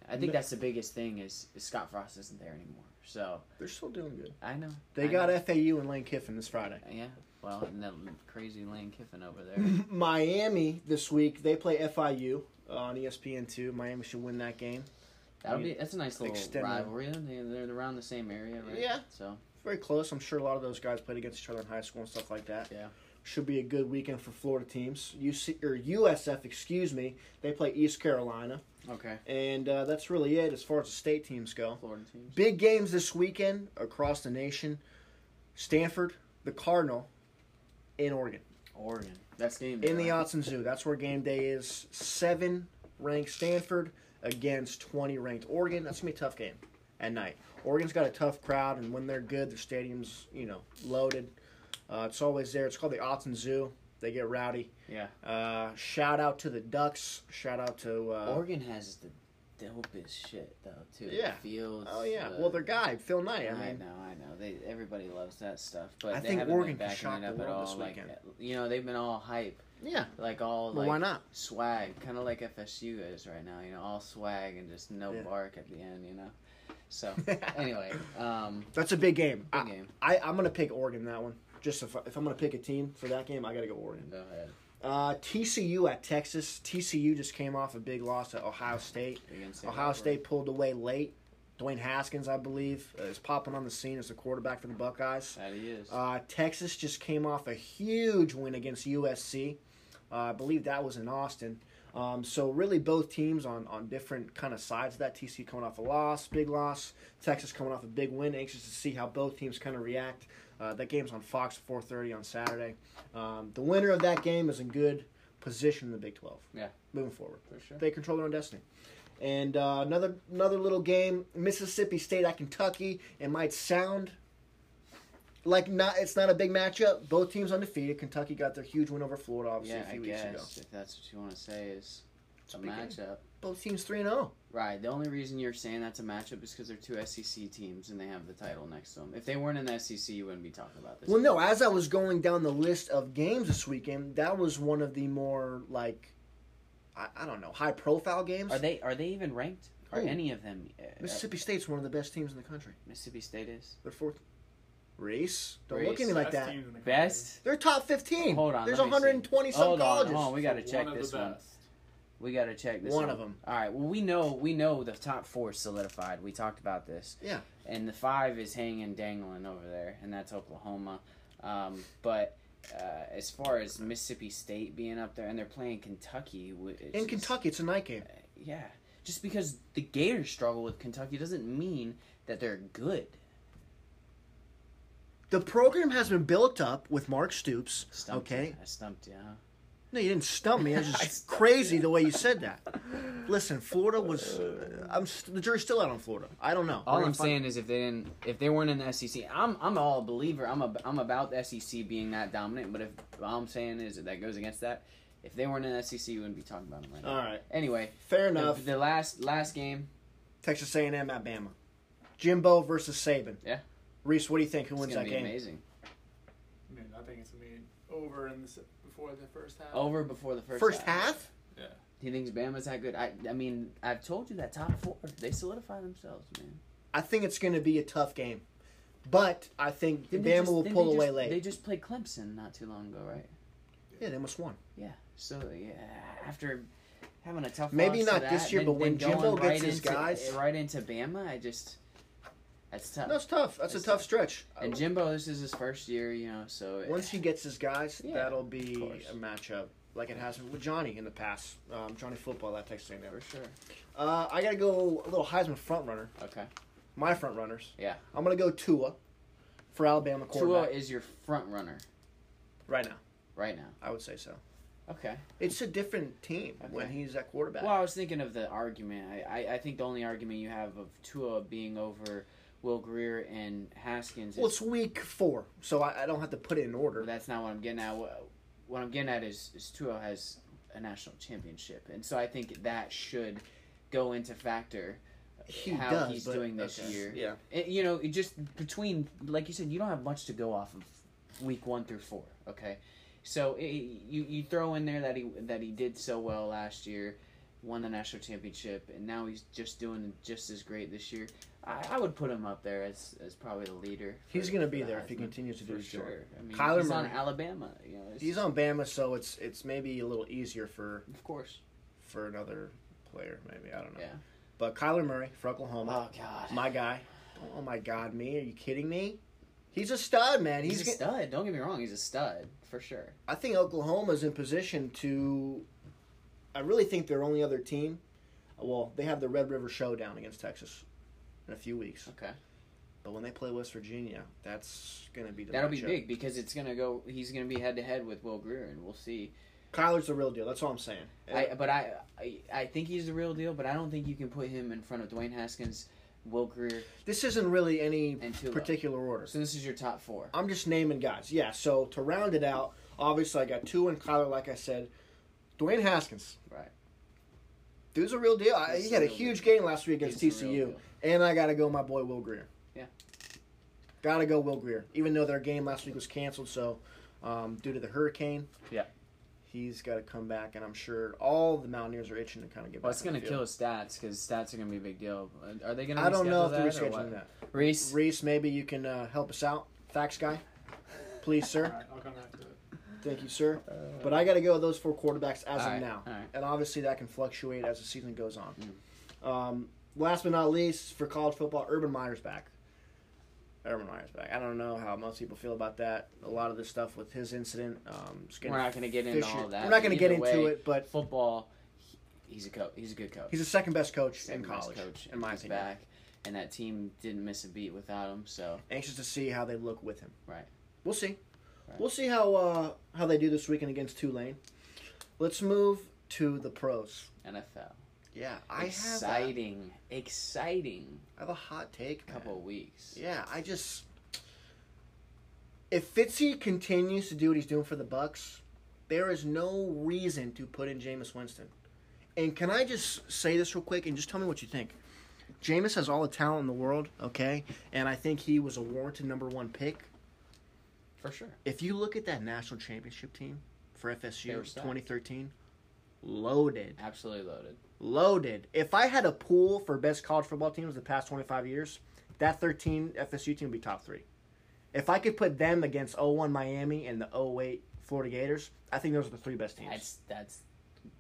A: I think
B: Ma-
A: that's the biggest thing is, is Scott Frost isn't there anymore. So
B: They're still doing good.
A: I know
B: They
A: I
B: got
A: know.
B: FAU and Lane Kiffin this Friday.
A: Yeah. Well, and that crazy Lane Kiffin over there.
B: <laughs> Miami this week they play FIU uh, on E ESPN two. Miami should win that game.
A: That'll
B: You
A: be that's a nice little
B: extend the-
A: rivalry. They- They're around the same area, right?
B: Yeah.
A: So
B: Very close. I'm sure a lot of those guys played against each other in high school and stuff like that.
A: Yeah.
B: Should be a good weekend for Florida teams. UC, or USF, excuse me. They play East Carolina.
A: okay,
B: And uh, that's really it as far as the state teams go.
A: Florida teams.
B: Big games this weekend across the nation. Stanford, the Cardinal, in Oregon.
A: Oregon. That's game day,
B: In the
A: right?
B: Autzen Zoo. That's where game day is. Seven ranked Stanford against 20 ranked Oregon. That's going to be a tough game at night. Oregon's got a tough crowd, and when they're good, their stadium's, you know, loaded. Uh, it's always there. It's called the Autzen Zoo. They get rowdy.
A: Yeah.
B: Uh, shout out to the Ducks. Shout out to. Uh,
A: Oregon has the dopest shit though too. The
B: Yeah.
A: Fields.
B: oh, yeah.
A: the-
B: Well, their guy, Phil Knight. I mean,
A: I know, I know. They everybody loves that stuff, but
B: I
A: they
B: think
A: haven't
B: Oregon
A: been
B: can
A: backing it
B: shock the
A: up at all.
B: world this
A: like
B: weekend.
A: you know, they've been all hype,
B: yeah.
A: like all
B: Well,
A: like <laughs>
B: why not? <laughs>
A: swag, kind of like FSU is right now. You know, all swag and just no
B: Yeah.
A: bark at the end. You know,
B: <laughs>
A: so anyway, um,
B: That's a big game.
A: good
B: I,
A: game.
B: Ah. I, I'm going to pick Oregon that one Just if, if I'm going to pick a team for that game, I got to go Oregon.
A: Go ahead.
B: Uh, TCU at Texas. TCU just came off a big loss at Ohio State.
A: Against
B: Ohio State pulled away late. Dwayne Haskins, I believe, uh, is popping on the scene as the quarterback for the Buckeyes.
A: That he is.
B: Uh, Texas just came off a huge win against USC. Uh, I believe that was in Austin. Um, so really, both teams on on different kind of sides of that. TC coming off a loss, big loss. Texas coming off a big win. Anxious to see how both teams kind of react. Uh, that game's on Fox 4:30 on Saturday. Um, the winner of that game is in good position in the Big 12.
A: Yeah.
B: moving forward.
A: for sure.
B: They control their own destiny. And uh, another another little game, Mississippi State at Kentucky. It might sound like not it's not a big matchup. Both teams undefeated. Kentucky got their huge win over Florida, obviously
A: yeah,
B: a
A: I
B: few weeks ago.
A: guess if that's what you want to say is
B: It's
A: a
B: a big game.
A: matchup.
B: Both teams three and oh. zero.
A: Right. The only reason you're saying that's a matchup is because they're two SEC teams and they have the title next to them. If they weren't in the SEC, you wouldn't be talking about this.
B: Well, no. As I was going down the list of games this weekend, that was one of the more like I, I don't know high profile games.
A: Are they are they even ranked? Are
B: Who?
A: any of them? uh, Uh,
B: Mississippi State's one of the best teams in the country.
A: Mississippi State is
B: They're fourth. Race? Don't look
A: Race.
B: at me like
C: Best
B: that.
C: teams in the country.
A: best.
B: They're top 15.
A: Hold on,
B: There's
A: let me see.
B: 120 some
A: Hold on,
B: colleges.
A: hold on. We got to
C: One
A: check
C: of the
A: this one.
C: best.
A: We got to check this
B: One of 'em.
A: All right. Well, we know we know the top four is solidified. We talked about this.
B: Yeah.
A: And the five is hanging, dangling over there, and that's Oklahoma. Um, but uh, as far as Mississippi State being up there, and they're playing Kentucky. wh- it's
B: In
A: just-
B: Kentucky, it's a night game.
A: Yeah. Just because the Gators struggle with Kentucky doesn't mean that they're good.
B: The program has been built up with Mark Stoops.
A: Stumped
B: okay.
A: you. I stumped you. Huh?
B: No, you didn't stump me.
A: <laughs>
B: It's
A: I
B: just
A: stumped
B: crazy
A: you.
B: the way you
A: <laughs>
B: said that. Listen, Florida was. uh, I'm st- the jury's still out on Florida. I don't know. We're
A: All
B: gonna
A: I'm
B: find-
A: saying is if they didn't, if they weren't in the SEC, I'm I'm all a believer. I'm a, I'm about the SEC being that dominant. But if all I'm saying is that goes against that, if they weren't in the SEC, you wouldn't be talking about them right now.
B: All right.
A: Anyway,
B: Uh, Fair
A: the,
B: enougama
A: the last last game,
B: Texas A&M at Bama. Jimbo versus Saban.
A: Yeah.
B: Reese, what do you think? Who
A: it's
B: wins
A: gonna
B: that
A: be
B: game?
A: amazing.
C: Man, I think it's gonna be over in the s- before the first half.
A: Over before the first
B: First, half?
A: He thinks Bama's that good. I I mean I've told you that top four they solidify themselves, man.
B: I think it's going to be a tough game. But I think
A: Didn't they
B: Bama
A: just-
B: will
A: didn't
B: pull
A: they
B: away
A: just-
B: late.
A: They just played Clemson not too long ago, right?
B: yeah, they must won.
A: Yeah. So yeah, after having a tough
B: Maybe
A: loss to
B: not
A: that,
B: this year,
A: then-
B: but when
A: then going
B: Jimbo gets
A: right
B: his
A: into,
B: guys-
A: right into Bama, I just that's tough.
B: That's tough. That's a
A: That's
B: tough
A: tough.
B: stretch.
A: and Jimbo, this is his first year, you know. So
B: Once he gets his guys,
A: Yeah,
B: that'll
A: of
B: be
A: course.
B: a matchup like it has with Johnny in the past. Um, Johnny football at Texas A&M.
A: for sure.
B: Uh, I gotta go a little Heisman front runner.
A: Okay.
B: My front runners.
A: Yeah.
B: I'm gonna go Tua for Alabama
A: Tua
B: quarterback
A: is your front runner
B: right now.
A: right now.
B: I would say so.
A: Okay.
B: It's a different team when
A: Okay.
B: he's at quarterback.
A: Well, I was thinking of the argument. I, I, I think the only argument you have of Tua being over Will Greer and Haskins is
B: Well, it's week four, so I, I don't have to put it in
A: But
B: order.
A: that's not what I'm getting at. What- What I'm getting at is, is Tua has a national championship, and so I think that should go into factor.
B: He
A: how
B: does.
A: he's
B: but-
A: doing this
B: okay.
A: year.
B: Yeah.
A: It, you know, it just between, like you said, you don't have much to go off of week one through four. Okay, so it, you you throw in there that he that he did so well last year, won the national championship, and now he's just doing just as great this year. I, I would put him up there as as probably the leader. for-
B: He's gonna
A: for
B: be
A: the
B: there if he
A: Heisman,
B: continues to do
A: for
B: his job.
A: sure. I mean,
B: Kyler
A: he's on
B: Murray.
A: Alabama. You know, it's-
B: He's on Bama, so it's it's maybe a little easier for
A: Of course.
B: for another player. Maybe I don't know.
A: Yeah.
B: But Kyler Murray for Oklahoma,
A: Oh God.
B: my guy. Oh my God, me? Are you kidding me? He's a stud, man.
A: he's,
B: He's.
A: a
B: get-
A: stud. Don't get me wrong. He's a stud for sure.
B: I think Oklahoma's in position to. I really think their only other team. Well, they have the Red River Showdown against Texas in a few weeks,
A: Okay.
B: but when they play West Virginia, that's gonna be the
A: That'll be
B: matchup.
A: big because it's gonna go. He's gonna be head to head with Will Greer, and we'll see.
B: Kyler's the real deal. That's all I'm saying.
A: I, but I, I, I think he's the real deal. But I don't think you can put him in front of Dwayne Haskins, Will Greer,
B: this isn't really any
A: and Tua.
B: particular order.
A: So this is your top four.
B: I'm just naming guys. Yeah, so to round it out, obviously I got two and Kyler, like I said. Dwayne Haskins.
A: Right.
B: Dude's a real deal. I,
A: He's
B: he
A: a
B: had a
A: real
B: huge
A: deal.
B: game last week against
A: He's the real
B: TCU.
A: deal.
B: And I got to go my boy Will Greer.
A: Yeah.
B: Got to go Will Greer, even though their game last week was canceled. So um, due to the hurricane.
A: Yeah.
B: He's got to come back, and I'm sure all the Mountaineers are itching to kind of get back.
A: Well, it's
B: on the
A: gonna kill
B: field.
A: his stats because stats are gonna be a big deal. Are they gonna?
B: I don't know
A: reschedule
B: if they're
A: that or
B: rescheduling
A: what?
B: that.
A: Reese.
B: Reese, maybe you can uh, help us out, facts guy. Please,
A: <laughs>
C: All
B: sir.
C: right, I'll come back to it.
B: Thank you, sir. But I got to go with those four quarterbacks as of
A: Alright,
B: now.
A: alright.
B: And obviously, that can fluctuate as the season goes on.
A: Mm.
B: Um, last but not least, for college football, Urban Meyer's back. Urban Meyer's back. I don't know how most people feel about that. A lot of this stuff with his incident. Um, it's getting
A: We're not gonna get into
B: fishy.
A: all that,
B: We're not going to
A: but
B: get
A: either
B: into
A: way-
B: it, but
A: football. he- He's a coach. He's a good coach.
B: he's the second best coach
A: Second
B: in
A: best
B: college,
A: coach.
B: in my
A: He's
B: opinion.
A: back, and that team didn't miss a beat without him. So
B: Anxious to see how they look with him.
A: Right.
B: We'll see.
A: Right.
B: We'll see how uh, how they do this weekend against Tulane. Let's move to the pros.
A: NFL.
B: Yeah, I have a-
A: exciting, exciting
B: I have a hot take. man.
A: couple of weeks.
B: Yeah, I just if Fitzy continues to do what he's doing for the Bucks, there is no reason to put in Jameis Winston. And can I just say this real quick and just tell me what you think? Jameis has all the talent in the world, okay? And I think he was a warranted number one pick.
A: For sure.
B: If you look at that national championship team for FSU
A: They were stacked.
B: 2013, loaded.
A: Absolutely loaded.
B: Loaded. If I had a pool for best college football teams the past 25 years, that 13 FSU team would be top three. If I could put them against 01 Miami and the 08 Florida Gators, I think those are the three best teams.
A: That's that's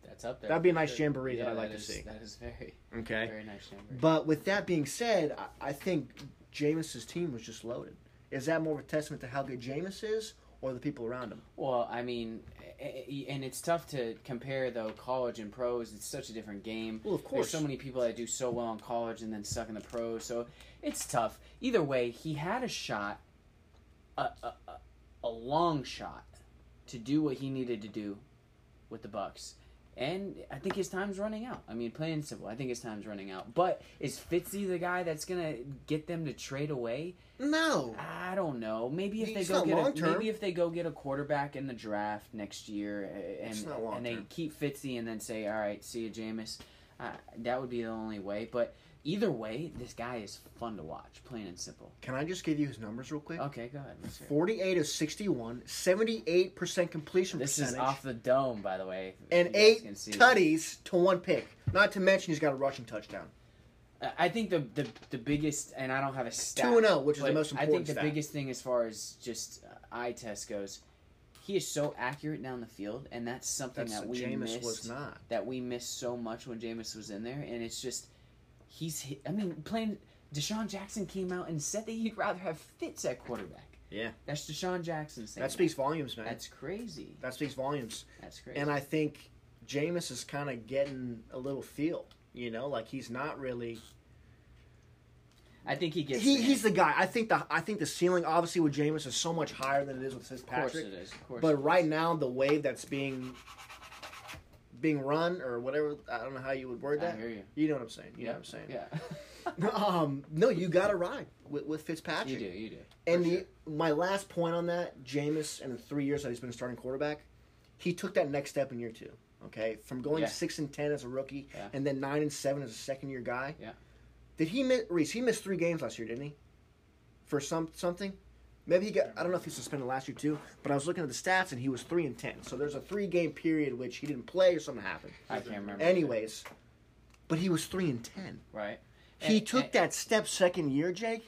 A: that's up there.
B: That'd be a
A: for
B: nice jamboree that I'd like to
A: is-
B: see.
A: That is very
B: okay.
A: very nice jamboree.
B: But with that being said, I, I think Jameis's team was just loaded. Is that more of a testament to how good Jameis is or the people around him?
A: Well, I mean, a- a- and it's tough to compare though college and pros. It's such a different game.
B: Well, of
A: There's
B: course.
A: so many people that do so well in college and then suck in the pros, so it's tough. Either way, he had a shot, a, a, a- a long shot, to do what he needed to do with the Bucks, and I think his time's running out. I mean, plain and simple, I think his time's running out. But is Fitzy the guy that's gonna get them to trade away?
B: No.
A: I don't know. Maybe if they
B: It's
A: go
B: not
A: get a,
B: long-term.
A: maybe if they go get a quarterback in the draft next year, uh, and
B: It's not
A: and they
B: long-term.
A: keep Fitzy, and then say, "All right, see you, Jameis." Uh, that would be the only way. But either way, this guy is fun to watch, plain and simple.
B: Can I just give you his numbers real quick?
A: Okay, go ahead. Let's hear it.
B: 48 of 61, 78% completion
A: This
B: percentage.
A: is off the dome, by the way. if
B: and
A: you guys
B: eight
A: can see.
B: tutties to one pick. Not to mention he's got a rushing touchdown.
A: I- Uh, I think the, the the biggest, and I don't have a stat.
B: 2-0, oh, which is the
A: but
B: most
A: I think
B: important
A: the
B: stat.
A: biggest thing as far as just uh, eye test goes, he is so accurate down the field, and that's something
B: That's
A: that we
B: Jameis
A: missed.
B: was not.
A: that we missed so much when Jameis was in there, and it's just he's. hi- I mean, playing Deshaun Jackson came out and said that he'd rather have Fitz at quarterback.
B: Yeah.
A: that's Deshaun Jackson saying
B: That speaks volumes, man.
A: That's crazy.
B: that speaks volumes.
A: That's crazy.
B: And I think Jameis is kind of getting a little feel. You know, like he's not really.
A: I, think he gets.
B: He,
A: there.
B: he's the guy. I think the I think the ceiling obviously with Jameis is so much higher than it is with
A: of course
B: Fitzpatrick.
A: it is. Of course, it
B: But
A: is.
B: right now, the wave that's being being run or whatever I don't know how you would word
A: I
B: that.
A: hear you.
B: You know what I'm saying. You
A: Yeah.
B: know what I'm saying.
A: <laughs>
B: <laughs>
A: Yeah,
B: um, no, you got to ride with, with Fitzpatrick.
A: you do. You do.
B: And
A: For
B: the,
A: sure.
B: my last point on that, Jameis, in the three years that he's been starting quarterback, he took that next step in year two. Okay, from going
A: Yeah.
B: six and ten as a rookie,
A: Yeah.
B: and then nine and seven as a second year guy.
A: Yeah.
B: Did he miss Reese? He missed three games last year, didn't he? For some something. Maybe he got. I don't know if he suspended last year too, but I was looking at the stats and he was three and ten. So there's a three game period which he didn't play or something happened.
A: I can't remember.
B: Anyways, but he was three and ten.
A: right?
B: He
A: And-
B: took
A: and-
B: that step second year, Jake,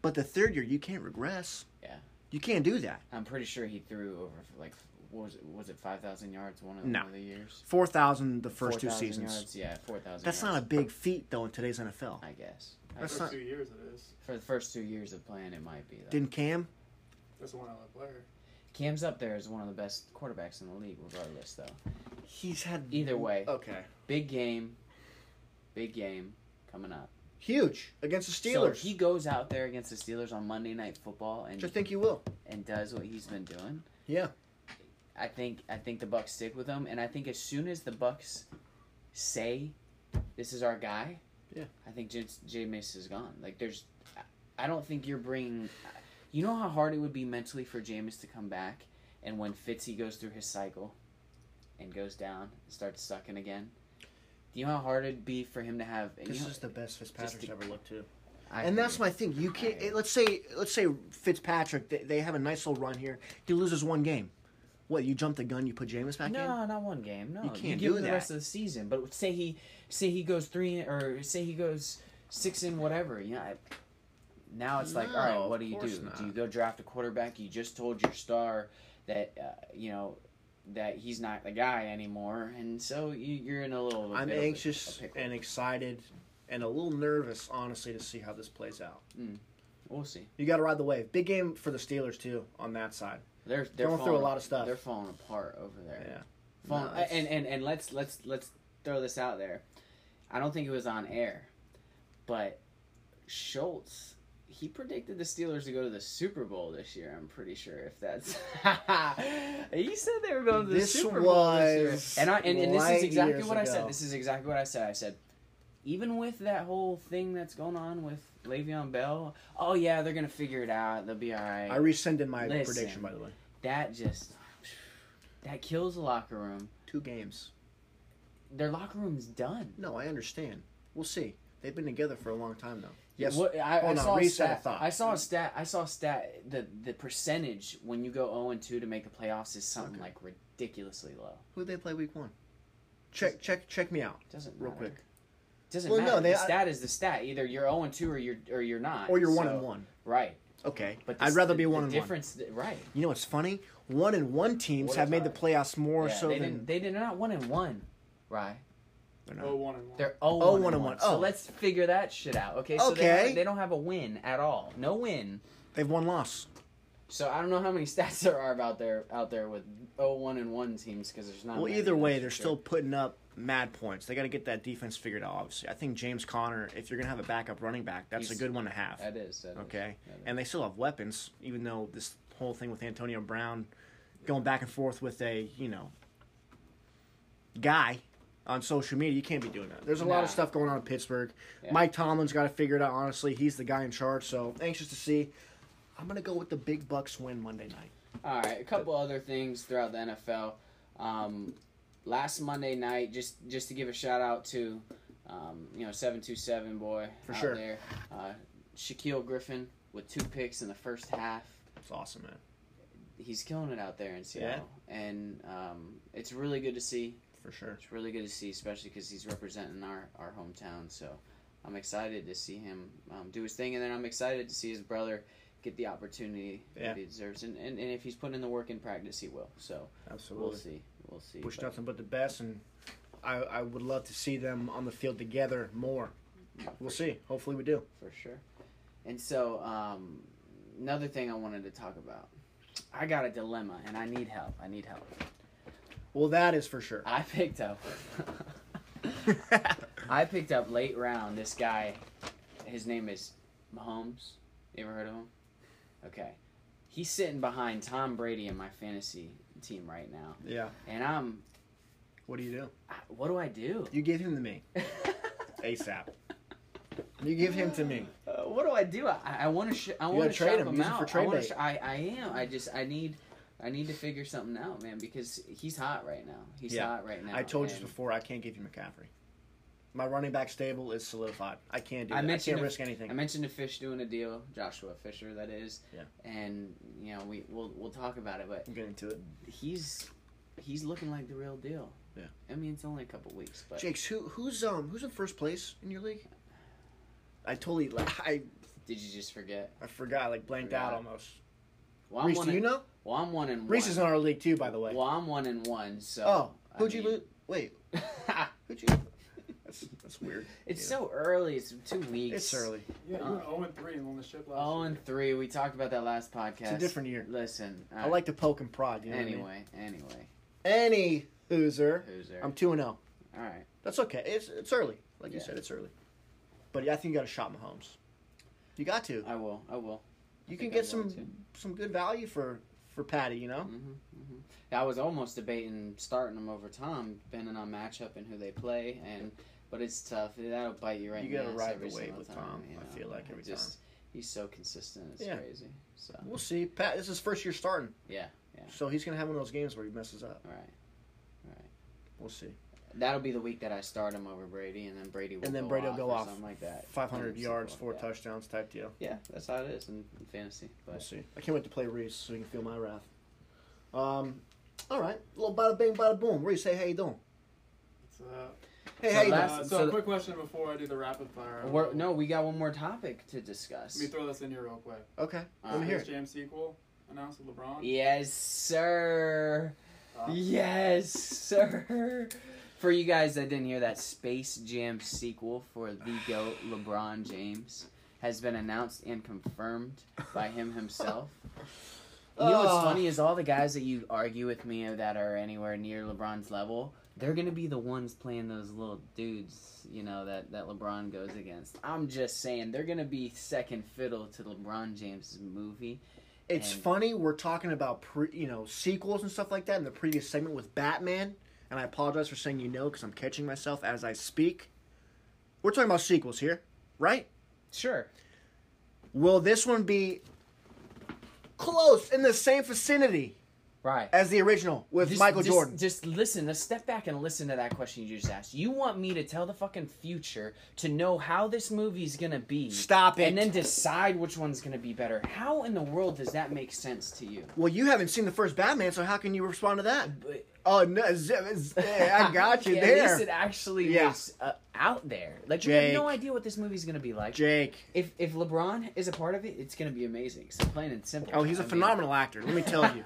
B: but the third year you can't regress.
A: Yeah.
B: You can't do that.
A: I'm pretty sure he threw over like what was it was it five thousand yards one of,
B: No.
A: one of the years?
B: Four thousand the first two
A: 4,000
B: seasons.
A: yards, yeah, four thousand.
B: That's not a big feat though in today's NFL.
A: I guess. I
B: That's
A: guess.
C: First
B: not-
C: two years it is.
A: For the first two years of playing, it might be. Though.
B: Didn't Cam?
C: That's the one I love player.
A: Cam's up there as one of the best quarterbacks in the league, regardless. Though
B: He's had
A: either way,
B: Okay.
A: big game, big game coming up.
B: Huge against the
A: So
B: Steelers.
A: if he goes out there against the Steelers on Monday Night Football and
B: Which I think he will.
A: and does what he's been doing,
B: Yeah.
A: I think I think the Bucks stick with him, and I think as soon as the Bucks say this is our guy,
B: Yeah.
A: I think J- Jameis is gone. Like there's, I- I don't think you're bringing. You know how hard it would be mentally for Jameis to come back, and when Fitzy goes through his cycle, and goes down, and starts sucking again. Do you know how hard it'd be for him to have? and you
B: This
A: know-
B: is the best Fitzpatrick's
A: just to-
B: ever looked to.
A: I
B: and
A: hear
B: that's
A: you.
B: my thing. You can't.
A: I-
B: let's say, let's say Fitzpatrick. They, they have a nice little run here. He loses one game. What? You jump the gun? You put Jameis back in?
A: No, not one game. No,
B: You
A: you
B: can't
A: give
B: do
A: him
B: that.
A: the rest of the season. But say he say he goes three or say he goes six and whatever. You know, I, Now it's like,
B: No,
A: all right,
B: of
A: what do you
B: course
A: do?
B: not.
A: Do you go draft a quarterback? You just told your star that uh, you know that he's not the guy anymore, and so you, you're in a little.
B: I'm
A: bit of a-
B: anxious
A: a pickle.
B: and excited and a little nervous, honestly, to see how this plays out.
A: we'll see.
B: You got to ride the wave. Big game for the Steelers too on that side.
A: They're they're
B: Going through a
A: falling-
B: lot of stuff.
A: They're falling apart over there.
B: Yeah.
A: Falling,
B: No, it's-
A: Uh, and, and and let's let's let's throw this out there. I don't think it was on air, but Schultz he predicted the Steelers to go to the Super Bowl this year. I'm pretty sure if that's <laughs> he said they were going to the
B: This
A: Super Bowl this
B: was
A: year. And I and, and this
B: light
A: is exactly
B: years
A: what I said.
B: ago.
A: This is exactly what I said. I said even with that whole thing that's going on with Le'Veon Bell, oh yeah, they're gonna figure it out. They'll be all right
B: I rescinded my
A: Listen.
B: prediction, by the way.
A: that just that kills the locker room.
B: Two games.
A: Their locker room's done.
B: No, I understand. We'll see. They've been together for a long time now. Yes.
A: What, I,
B: Hold
A: I
B: on,
A: saw a
B: reset
A: stat.
B: a thought.
A: I saw a stat. I saw a stat. The the percentage when you go zero and two to make the playoffs is something
B: Okay.
A: like ridiculously low.
B: Who did they play week one? Check, check, check me out.
A: Doesn't
B: Real
A: matter.
B: quick.
A: Doesn't
B: Well, no,
A: matter.
B: they-
A: the stat is the stat. Either you're zero and two or you're or you're not.
B: Or you're one
A: So-
B: and one.
A: Right.
B: Okay.
A: But
B: I'd
A: this-
B: rather
A: the-
B: be
A: the
B: one and one.
A: difference, Right.
B: You know what's funny? One and one teams
A: What a
B: have made the
A: time.
B: playoffs more
A: Yeah,
B: so
A: they
B: than
A: didn't. They did not one and one. Right.
B: they're not.
C: Oh, one and one.
A: They're 0
B: Oh,
A: 1 and
B: one and
A: 1.
B: one.
A: So
B: Oh.
A: let's figure that shit out. Okay. So They,
B: Okay.
A: don't, they don't have a win at all. No win.
B: They've one loss.
A: So I don't know how many <laughs> stats there are about there out there with 0 1 and 1 teams because there's not.
B: Well,
A: many,
B: either
A: that's
B: way,
A: for
B: they're
A: sure.
B: still putting up mad points. They got to get that defense figured out. Obviously, I think James Conner, if you're gonna have a backup running back, that's
A: He's-
B: a good one to have.
A: That is. that is,
B: Okay,
A: that is.
B: and they still have weapons, even though this whole thing with Antonio Brown going back and forth with a you know guy on social media, you can't be doing that. There's a lot
A: Nah.
B: of stuff going on in Pittsburgh.
A: Yeah.
B: Mike Tomlin's got to figure it out. Honestly, he's the guy in charge. So anxious to see. I'm gonna go with the big Bucks win Monday night.
A: All right, a couple other things throughout the NFL. Um, last Monday night, just just to give a shout out to, um, you know, seven two seven boy
B: For
A: out
B: sure.
A: there, uh, Shaquille Griffin with two picks in the first half.
B: It's awesome, man,
A: He's killing it out there in Seattle, and um, it's really good to see.
B: for sure.
A: It's really good to see, especially because he's representing our, our hometown. So I'm excited to see him um, do his thing, and then I'm excited to see his brother get the opportunity
B: Yeah.
A: that he deserves. And, and, and if he's putting in the work in practice, he will. So
B: Absolutely.
A: we'll see. We'll see.
B: wish
A: But
B: nothing but the best, and I, I would love to see them on the field together more. We'll see. Hopefully, we do.
A: for sure. And so um, another thing I wanted to talk about. I got a dilemma, and I need help. I need help.
B: Well, that is
A: <laughs>
B: for sure.
A: I picked up. I picked up late round this guy. His name is Mahomes. You ever heard of him? Okay. He's sitting behind Tom Brady in my fantasy team right now.
B: yeah.
A: And I'm,
B: What do you do?
A: I- what do I do?
B: You give him to me ASAP. You give him to me.
A: Uh, what do I do? I, I want to. Sh- I
B: You
A: want to
B: gotta trade
A: trade
B: him.
A: him
B: Use him
A: out.
B: for trade
A: I, wanna
B: bait.
A: sh- I I am. I just. I need. I need to figure something out, man, because he's hot right now. He's
B: Yeah.
A: hot right now.
B: I told you
A: and-
B: before, I can't give you McCaffrey. My running back stable is solidified. I can't do
A: I
B: that. I,
A: mentioned
B: can't
A: a-
B: risk
A: I
B: anything.
A: mentioned to Fish doing a deal, Joshua Fisher, that is.
B: Yeah.
A: And you know we we'll we'll talk about it, but
B: I'm getting to it.
A: he's he's looking like the real deal.
B: Yeah.
A: I mean, it's only a couple weeks, but
B: Jakes, who who's um who's in first place in your league? I totally like I
A: did you just forget?
B: I forgot. I like blanked out
A: Forgot.
B: almost.
A: Well, I'm
B: Reese,
A: one
B: do you
A: and,
B: know?
A: Well, I'm one and
B: Reese
A: one.
B: is in our league too, by the way.
A: Well, I'm one and one. So.
B: Oh,
A: I
B: who'd you
A: mean-
B: lose? Wait, who'd you? That's that's weird.
A: <laughs> it's
B: Yeah.
A: so early. It's two weeks.
B: It's early.
C: yeah, you
A: uh,
C: went 0 and 3 and won the ship last
A: Oh,
C: year.
A: and three. We talked about that last podcast.
B: It's a different year.
A: Listen, uh,
B: I like to poke and prod. You know
A: Anyway, anyway,
B: What I mean? Any loser.
A: who's there?
B: I'm two and zero.
A: All right.
B: That's okay. It's it's early. Like you
A: Yeah.
B: said, it's early. But yeah, I think you got to shop Mahomes. You got to.
A: I will. I will.
B: You can
A: think
B: get
A: I want
B: some some good value for for Patty. You know.
A: hmm hmm I was almost debating starting them over Tom, depending on matchup and who they play, and but it's tough. That'll bite you right.
B: You
A: in
B: gotta
A: ass
B: ride
A: every
B: the wave
A: single
B: with
A: time,
B: Tom,
A: you
B: I
A: know?
B: feel like, every
A: just, He's so consistent. It's
B: Yeah.
A: crazy. So
B: We'll see. Pat, this is his first year starting.
A: Yeah, yeah.
B: So he's gonna have one of those games where he messes up.
A: all right,
B: We'll see.
A: that'll be the week that I start him over Brady, and then Brady will
B: And then
A: go
B: Brady will
A: off
B: go
A: or
B: off
A: something like that.
B: Five hundred
A: Something
B: yards,
A: simple
B: four
A: like that.
B: touchdowns type deal.
A: Yeah, that's how it is in, in fantasy.
B: We'll
A: But
B: see. I can't wait to play Reese so you can feel my wrath. Um, all right. little bada bing, bada boom. Reese, hey, how you doing?
C: What's up?
B: Hey,
A: So
B: how you
A: last-
B: doing?
C: Uh, so,
A: so-
C: a quick question before I do the rapid fire.
A: We're, no, we got one more topic to discuss.
C: Let me throw this in here real quick.
B: Okay, let
A: Uh,
B: me hear it.
C: Jam sequel announced with LeBron.
A: Yes, sir.
C: Uh,
A: Yes, sir. For you guys that didn't hear that, Space Jam sequel for the GOAT LeBron James has been announced and confirmed by him himself. You know what's
B: Ah.
A: funny is all the guys that you argue with me that are anywhere near LeBron's level, they're gonna be the ones playing those little dudes, you know, that, that LeBron goes against. I'm just saying they're gonna be second fiddle to LeBron James' movie.
B: It's
A: And-
B: funny we're talking about pre, you know sequels and stuff like that in the previous segment with Batman, and I apologize for saying you know because I'm catching myself as I speak. We're talking about sequels here, right?
A: Sure.
B: Will this one be close in the same vicinity
A: Right.
B: as the original with
A: Just-
B: Michael
A: just-
B: Jordan?
A: Just listen. Let's step back and listen to that question you just asked. You want me to tell the fucking future to know how this movie's gonna be?
B: Stop it.
A: And then decide which one's gonna be better. How in the world does that make sense to you?
B: well, you haven't seen the first Batman, so how can you respond to that? <laughs>
A: But-
B: Oh no, z-
A: <laughs>
B: z- I got you
A: Yeah, <laughs> At
B: there,
A: least it actually
B: Yeah.
A: was uh, out there. Like we have no
B: Jake.
A: idea what this movie's gonna be like.
B: Jake.
A: If if LeBron is a part of it, it's gonna be amazing. So plain and simple.
B: Oh, he's
A: a
B: a phenomenal actor. Let me tell
A: <laughs>
B: you,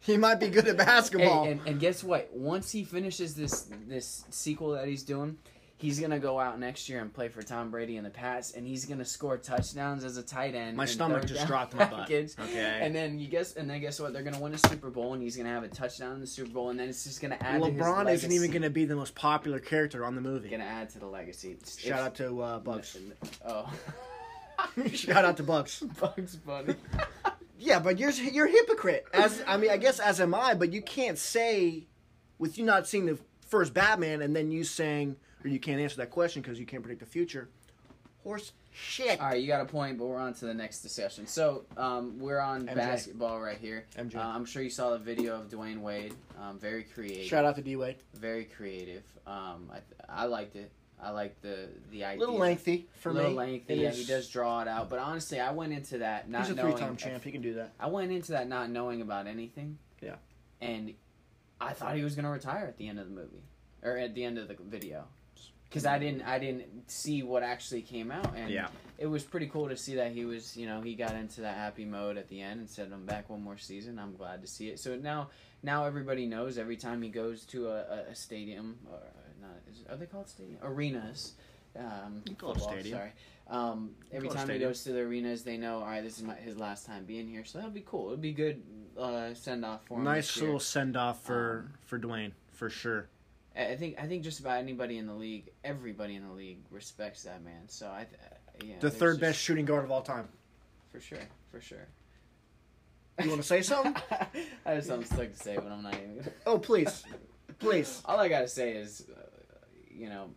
B: he might be good at basketball.
A: Hey, and, and guess what? Once he finishes this this sequel that he's doing, he's gonna go out next year and play for Tom Brady in the past, and he's gonna score touchdowns as a tight end.
B: My
A: in
B: stomach
A: third
B: just
A: down
B: dropped my butt.
A: package.
B: Okay.
A: And then you guess, and then guess what? They're gonna win a Super Bowl, and he's gonna have a touchdown in the Super Bowl, and then it's just gonna add. to his
B: LeBron isn't even
A: legacy.
B: going to be the most popular character on the movie.
A: gonna add to the legacy. It's-
B: Shout out to uh, Bugs.
A: it's- Oh,
B: <laughs> Shout
A: <laughs>
B: out to Bugs.
A: Bugs
B: <laughs>
A: Bunny.
B: Yeah, but you're you're a hypocrite. As I mean, I guess as am I. But you can't say, with you not seeing the first Batman, and then you saying, or you can't answer that question because you can't predict the future. Horse shit.
A: All right, you got a point, but we're on to the next discussion. So um, we're on
B: MJ.
A: basketball right here.
B: MJ.
A: Uh, I'm sure you saw the video of Dwayne Wade. Um, very creative.
B: Shout out to D Wade.
A: Very creative. Um, I, I liked it. I liked the the
B: A
A: idea.
B: little lengthy for
A: little
B: me.
A: lengthy.
B: It
A: Yeah,
B: is-
A: he does draw it out. But honestly, I went into that not
B: He's a
A: knowing.
B: three-time champ. He can do that.
A: I went into that not knowing about anything.
B: Yeah.
A: And I thought he was gonna retire at the end of the movie or at the end of the video. Because I didn't, I didn't see what actually came out, and
B: Yeah.
A: it was pretty cool to see that he was, you know, he got into that happy mode at the end and said, "I'm back one more season." I'm glad to see it. So now, now everybody knows every time he goes to a, a, a stadium or not, is, are they called stadium arenas? Um,
B: You call it
A: football,
B: stadium.
A: Sorry. Um, every
B: call it
A: time he
B: stadium.
A: goes to the arenas, they know, all right, this is my, his last time being here. So that'll be cool. It'll be good uh, send off for him.
B: Nice
A: this year.
B: little send off for
A: Um,
B: for Dwayne for sure.
A: I I think I think just about anybody in the league, everybody in the league respects that man. So I, th- uh, yeah,
B: The
A: there's
B: third
A: just-
B: best shooting guard of all time.
A: for sure, for sure. <laughs>
B: You want to say something?
A: I have something slick to say, but I'm not even. Gonna... <laughs>
B: Oh, please. Please.
A: All I gotta say is, uh, you know,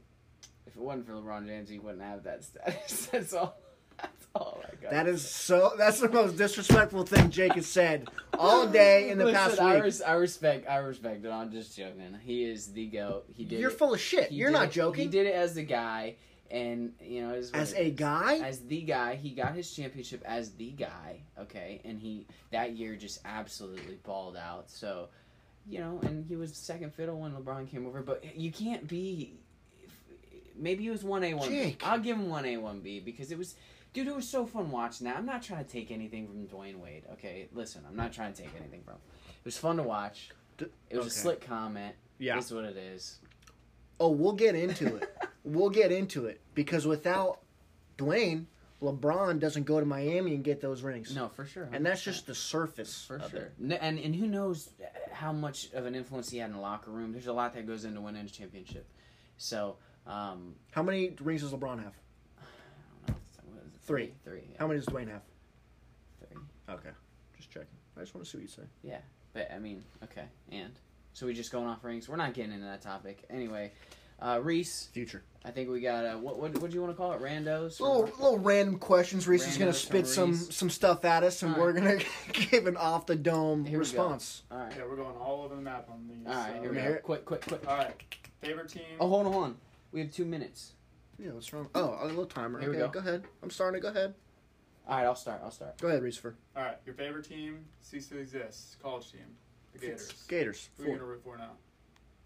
A: if it wasn't for LeBron James, he wouldn't have that status. <laughs> That's all. That's all I got.
B: That is so. That's the most disrespectful thing Jake has said all day in the
A: Listen,
B: past
A: I,
B: week.
A: res- I respect. I respect it. I'm just joking. He is the goat. <laughs> He did.
B: You're
A: it.
B: full of shit.
A: He
B: You're
A: did
B: not
A: it-
B: joking.
A: He did it as the guy, and you know, it is what
B: As
A: it
B: a
A: is.
B: guy,
A: as the guy. He got his championship as the guy, okay? And he that year just absolutely balled out. So, you know, and he was second fiddle when LeBron came over, but you can't be maybe he was 1A 1B.
B: Jake.
A: I'll give him 1A 1B because it was dude, it was so fun watching that. I'm not trying to take anything from Dwayne Wade, okay? Listen, I'm not trying to take anything from. him. It was fun to watch.
B: D-
A: It was
B: okay.
A: a slick comment.
B: Yeah.
A: That's what it is.
B: oh, we'll get into it. we'll get into it because without Dwayne, LeBron doesn't go to Miami and get those rings.
A: <laughs> No, for sure.
B: and that's just the surface.
A: For
B: of
A: sure.
B: it.
A: N- And and who knows how much of an influence he had in the locker room. There's a lot that goes into winning a championship. So, um,
B: How many rings does LeBron have?
A: I don't know. So what is it,
B: Three.
A: Three. Yeah,
B: How many does Dwayne have?
A: three.
B: Okay, just checking. I just want to see what you say.
A: But, I mean, okay. And? So we just going off rings? We're not getting into that topic. Anyway, uh, Reese,
B: Future.
A: I think we got, uh, what, what, what do you want to call it? Randos?
B: Little little random questions. Reese is gonna
A: Randos from
B: spit some
A: Reese.
B: some stuff at us, and
A: All
B: we're gonna <laughs> give an off the dome
A: Here we go.
B: response.
A: All right.
C: Yeah, we're going all over the map on these.
A: All right. Here we
B: Let me
A: go.
B: hear it.
A: Quick, quick, quick.
C: All right. Favorite team.
A: Oh, hold on. We have two minutes.
B: Yeah, what's wrong? Oh, a little timer.
A: Here we
B: okay,
A: go.
B: go. ahead. I'm starting. to Go ahead.
A: All right. I'll start. I'll start.
B: Go ahead, Reese. For
C: All right. Your favorite team ceased to exist. College team. The Gators.
B: Gators.
C: Who are you
B: Four.
C: gonna root for now?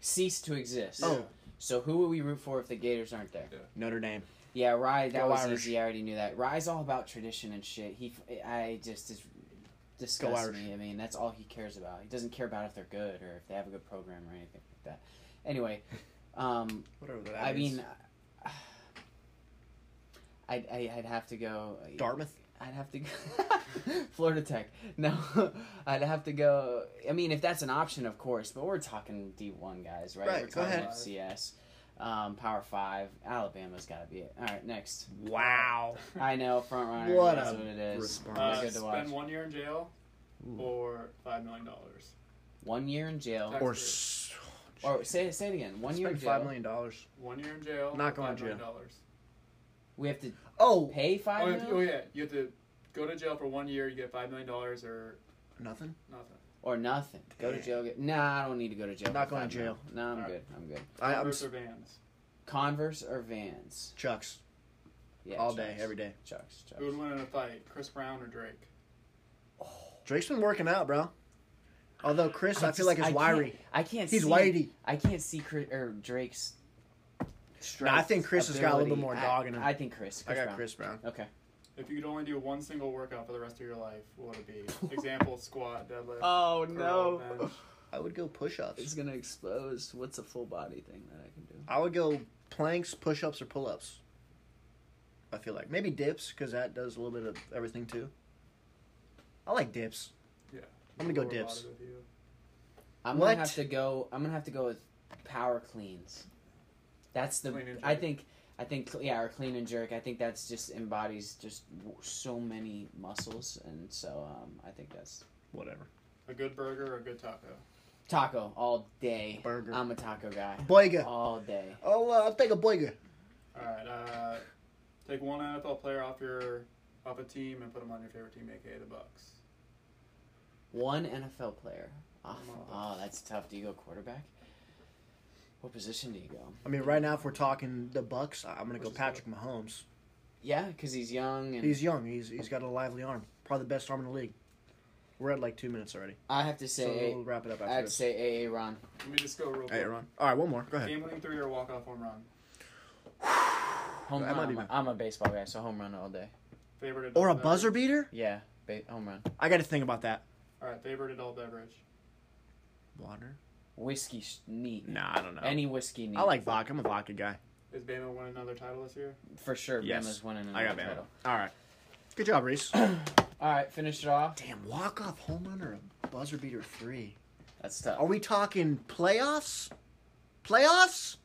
A: Cease to exist.
B: Oh.
A: So who would we root for if the Gators aren't there?
B: Notre Dame.
A: Yeah, Rye. That
B: Go
A: was
B: Irish.
A: easy. I already knew that. Rye's all about tradition and shit. He, I just is disgusts
B: Irish.
A: me. I mean, that's all he cares about. He doesn't care about if they're good or if they have a good program or anything like that.
B: <laughs>
A: Anyway, um,
B: Whatever that
A: I
B: means.
A: mean, <sighs> I'd, I- I'd have to go.
B: Dartmouth.
A: I'd have to go. <laughs> Florida Tech. No, <laughs> I'd have to go. I mean, if that's an option, of course, but we're talking D1 guys, right?
B: Right,
A: we're
B: go
A: talking
C: ahead.
A: FCS. Um, Power 5. Alabama's got to be it. All right, next.
B: <laughs> Wow.
A: I know, front runner.
B: What
A: that's
B: a
A: what it is.
B: response.
A: That's
C: Uh,
A: good to watch.
C: spend one year in jail or five million dollars.
A: One year in jail.
B: Or
C: Tax
B: s-
A: Or say, say it again. Oh, One year in
B: spend
A: jail.
B: five million dollars.
C: One year in jail.
B: Not
C: or
B: going
C: five
B: to
C: million dollars.
A: We have to
B: Oh,
A: pay
C: Oh,
A: five
C: if-
A: million?
C: oh yeah, you have to go to jail for one year. You get five million dollars or
B: nothing.
C: nothing.
A: Or nothing. Go to
B: Damn.
A: jail. Get, nah, I don't need to go to jail.
B: Not
A: for
B: going
A: five
B: to jail.
A: million. No, I'm
C: All right.
A: good. I'm good.
B: I, I'm
C: Converse
B: s-
C: or Vans.
A: Converse or Vans?
B: Chucks
A: Yeah,
B: all
A: Chucks.
B: day, every day.
A: Chucks. Chucks.
C: Who would win in a fight, Chris Brown or Drake?
B: Drake's been working out, bro. Although Chris, I, feel
A: just-
B: like is
A: I
B: wiry.
A: Can't, I can't.
B: He's
A: see,
B: whitey.
A: I can't see Chris or Drake's.
B: No, I think Chris has got a little bit
A: ability.
B: more
A: I-
B: dog in him.
A: I think Chris.
B: I
A: Chris
B: got
A: Brown.
B: Chris Brown.
A: Okay.
C: If you could only do one single workout for the rest of your life, what would it
A: <laughs>
C: be? Example: squat, deadlift.
A: Oh
C: no.
A: <laughs>
C: bench.
B: I would go push-ups.
A: gonna expose what's a full body thing that I can do.
B: I would go planks, push-ups, or pull-ups. I feel like maybe dips because that does a little bit of everything too. I like dips.
C: Yeah.
B: I'm gonna go
C: Lower body
B: dips.
C: with you.
A: I'm
B: What?
A: gonna have to go. I'm gonna have to go with power cleans. That's the.
C: Clean and
A: I
C: jerk.
A: think. I think yeah, or clean and jerk. I think that's just embodies just w- so many muscles, and so um, I think that's
B: Whatever.
C: A good burger or a good taco.
A: taco all day.
B: Burger.
A: I'm a taco guy
B: Boyga.
A: all day.
B: Oh, uh, I'll take a boyga.
C: All right. Uh, take one NFL player off your off a team and put them on your favorite team, aka the Bucks.
A: One NFL player. Oh,
C: Come
A: oh,
C: on.
A: that's tough. Do you go quarterback? What position do you go?
B: I mean, right now, if we're talking the Bucks, I- I'm gonna go
C: Which is better?
B: Patrick Mahomes.
A: Yeah, because he's young and
B: He's young. He's he's got a lively arm. Probably the best arm in the league. We're at like two minutes already,
A: I have to
B: so
A: say,
B: we'll wrap it up after
A: I'd
B: this.
A: say AA Ron.
C: Let me just go real
B: Hey,
C: quick.
B: Ron. All right, one more. Go ahead.
C: Game winning three or walk off home run.
A: Home run.
B: That might
A: I'm,
B: be
A: a-
B: mine.
A: I'm a baseball guy, so home run all day.
C: Favorite adult
B: Or a
C: beverage.
B: buzzer beater?
A: Yeah, ba- home run.
B: I got to think about that.
C: All right. Favorite adult beverage.
B: Water?
A: Whiskey sh- neat.
B: Nah, I don't know.
A: Any whiskey neat.
B: I like vodka. I'm a vodka guy.
C: Is Bama win another title this year?
A: for sure.
B: Yes.
A: Bama's winning
B: I got
A: another
B: Bama.
A: title.
B: All right. Good job, Reese.
A: All right, finish it off.
B: <clears throat> Damn, walk off home run or a buzzer beater three?
A: That's tough.
B: Are we talking playoffs? Playoffs?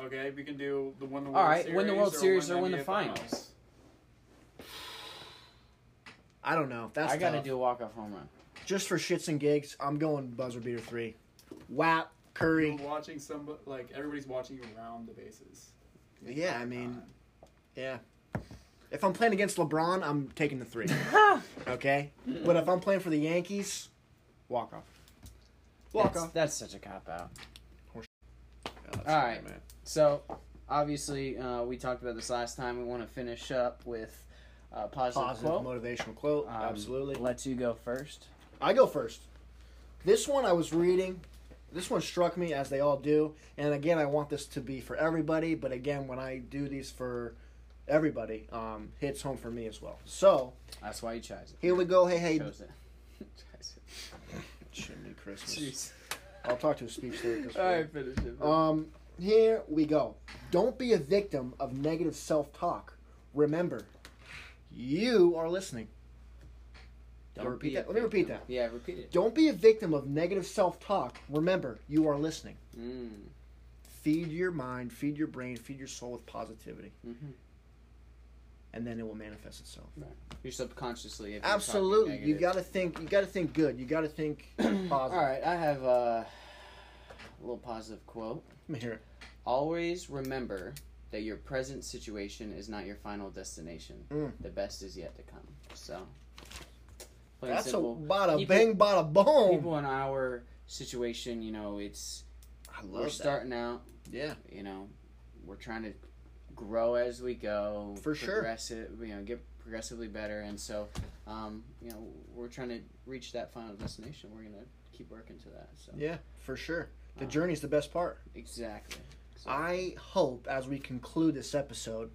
C: Okay, we can do the win the World
A: All right,
C: Series
A: win the World Series or win
C: NBA
A: the finals.
B: I don't know. That's
A: I got to
B: tough.
A: do a walk off home run.
B: Just for shits and gigs, I'm going buzzer beater three. Wap Curry.
C: You're watching some like everybody's watching you round the bases.
B: Yeah, I mean,
C: Time.
B: yeah. If I'm playing against LeBron, I'm taking
A: <laughs>
B: the three. Okay. But if I'm playing for the Yankees, walk off.
A: that's, that's such a cop out.
B: All
A: right. So, obviously, uh, we talked about this last time. We want to finish up with uh, positive,
B: Positive
A: quote.
B: motivational quote.
A: Um,
B: Absolutely.
A: Let you go first.
B: I go first. This one I was reading. This one struck me as they all do. And again, I want this to be for everybody, but again, when I do these for everybody, um, hits home for me as well. So
A: That's why you chose it.
B: here we go. Hey, hey.
A: Chose it. <laughs> Chose it.
B: Chimney Christmas. <laughs>
A: Jeez.
B: I'll talk to a speech
A: <laughs>
B: therapist.
A: All right, finish it.
B: Um, here we go. Don't be a victim of negative self talk. Remember, you are listening.
A: Don't
B: repeat
A: be
B: that.
A: a
B: Let me repeat
A: victim.
B: that.
A: Yeah, repeat it.
B: Don't be a victim of negative self talk. Remember, you are listening.
A: Mm.
B: Feed your mind, feed your brain, feed your soul with positivity,
A: hmm
B: and then it will manifest itself.
A: You're subconsciously. if you're talking
B: Absolutely. You
A: negative.
B: got to think. You got to think good. You got to <clears throat> think
A: <clears throat>
B: positive.
A: All right, I have uh, a little positive quote.
B: Let me hear it.
A: Always remember that your present situation is not your final destination.
B: Mm.
A: The best is yet to come. So, plain and
B: That's a
A: simple.
B: bada
A: People-
B: bang, bada boom.
A: people in our situation, you know, it's
B: I love
A: we're
B: that.
A: starting out,
B: yeah.
A: you know, we're trying to grow as we go,
B: For sure.
A: progress it, you know, get progressively better, and so, um, you know, we're trying to reach that final destination. We're gonna keep working to that. So
B: Yeah, for sure. The
A: Um,
B: journey's the best part.
A: Exactly. exactly.
B: I hope as we conclude this episode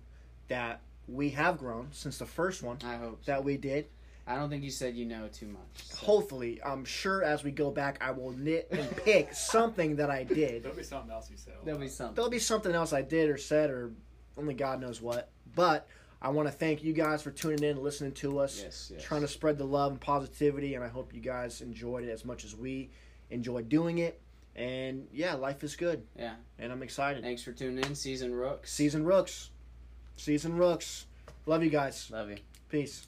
B: that we have grown since the first one
A: I hope. So.
B: that we did.
A: I don't think you said you know too much. so-
B: Hopefully, I'm sure as we go back, I will knit and <laughs> pick something that I did.
C: There'll be something else you said.
A: There'll be something.
B: There'll be something else I did or said or only God knows what. But I want to thank you guys for tuning in, and listening to us.
A: Yes, yes.
B: trying to spread the love and positivity and i hope you guys enjoyed it as much as we enjoyed doing it and yeah life is good
A: Yeah.
B: and i'm excited
A: Thanks for tuning in, Season Rooks.
B: season rooks season rooks love you guys
A: Love you.
B: peace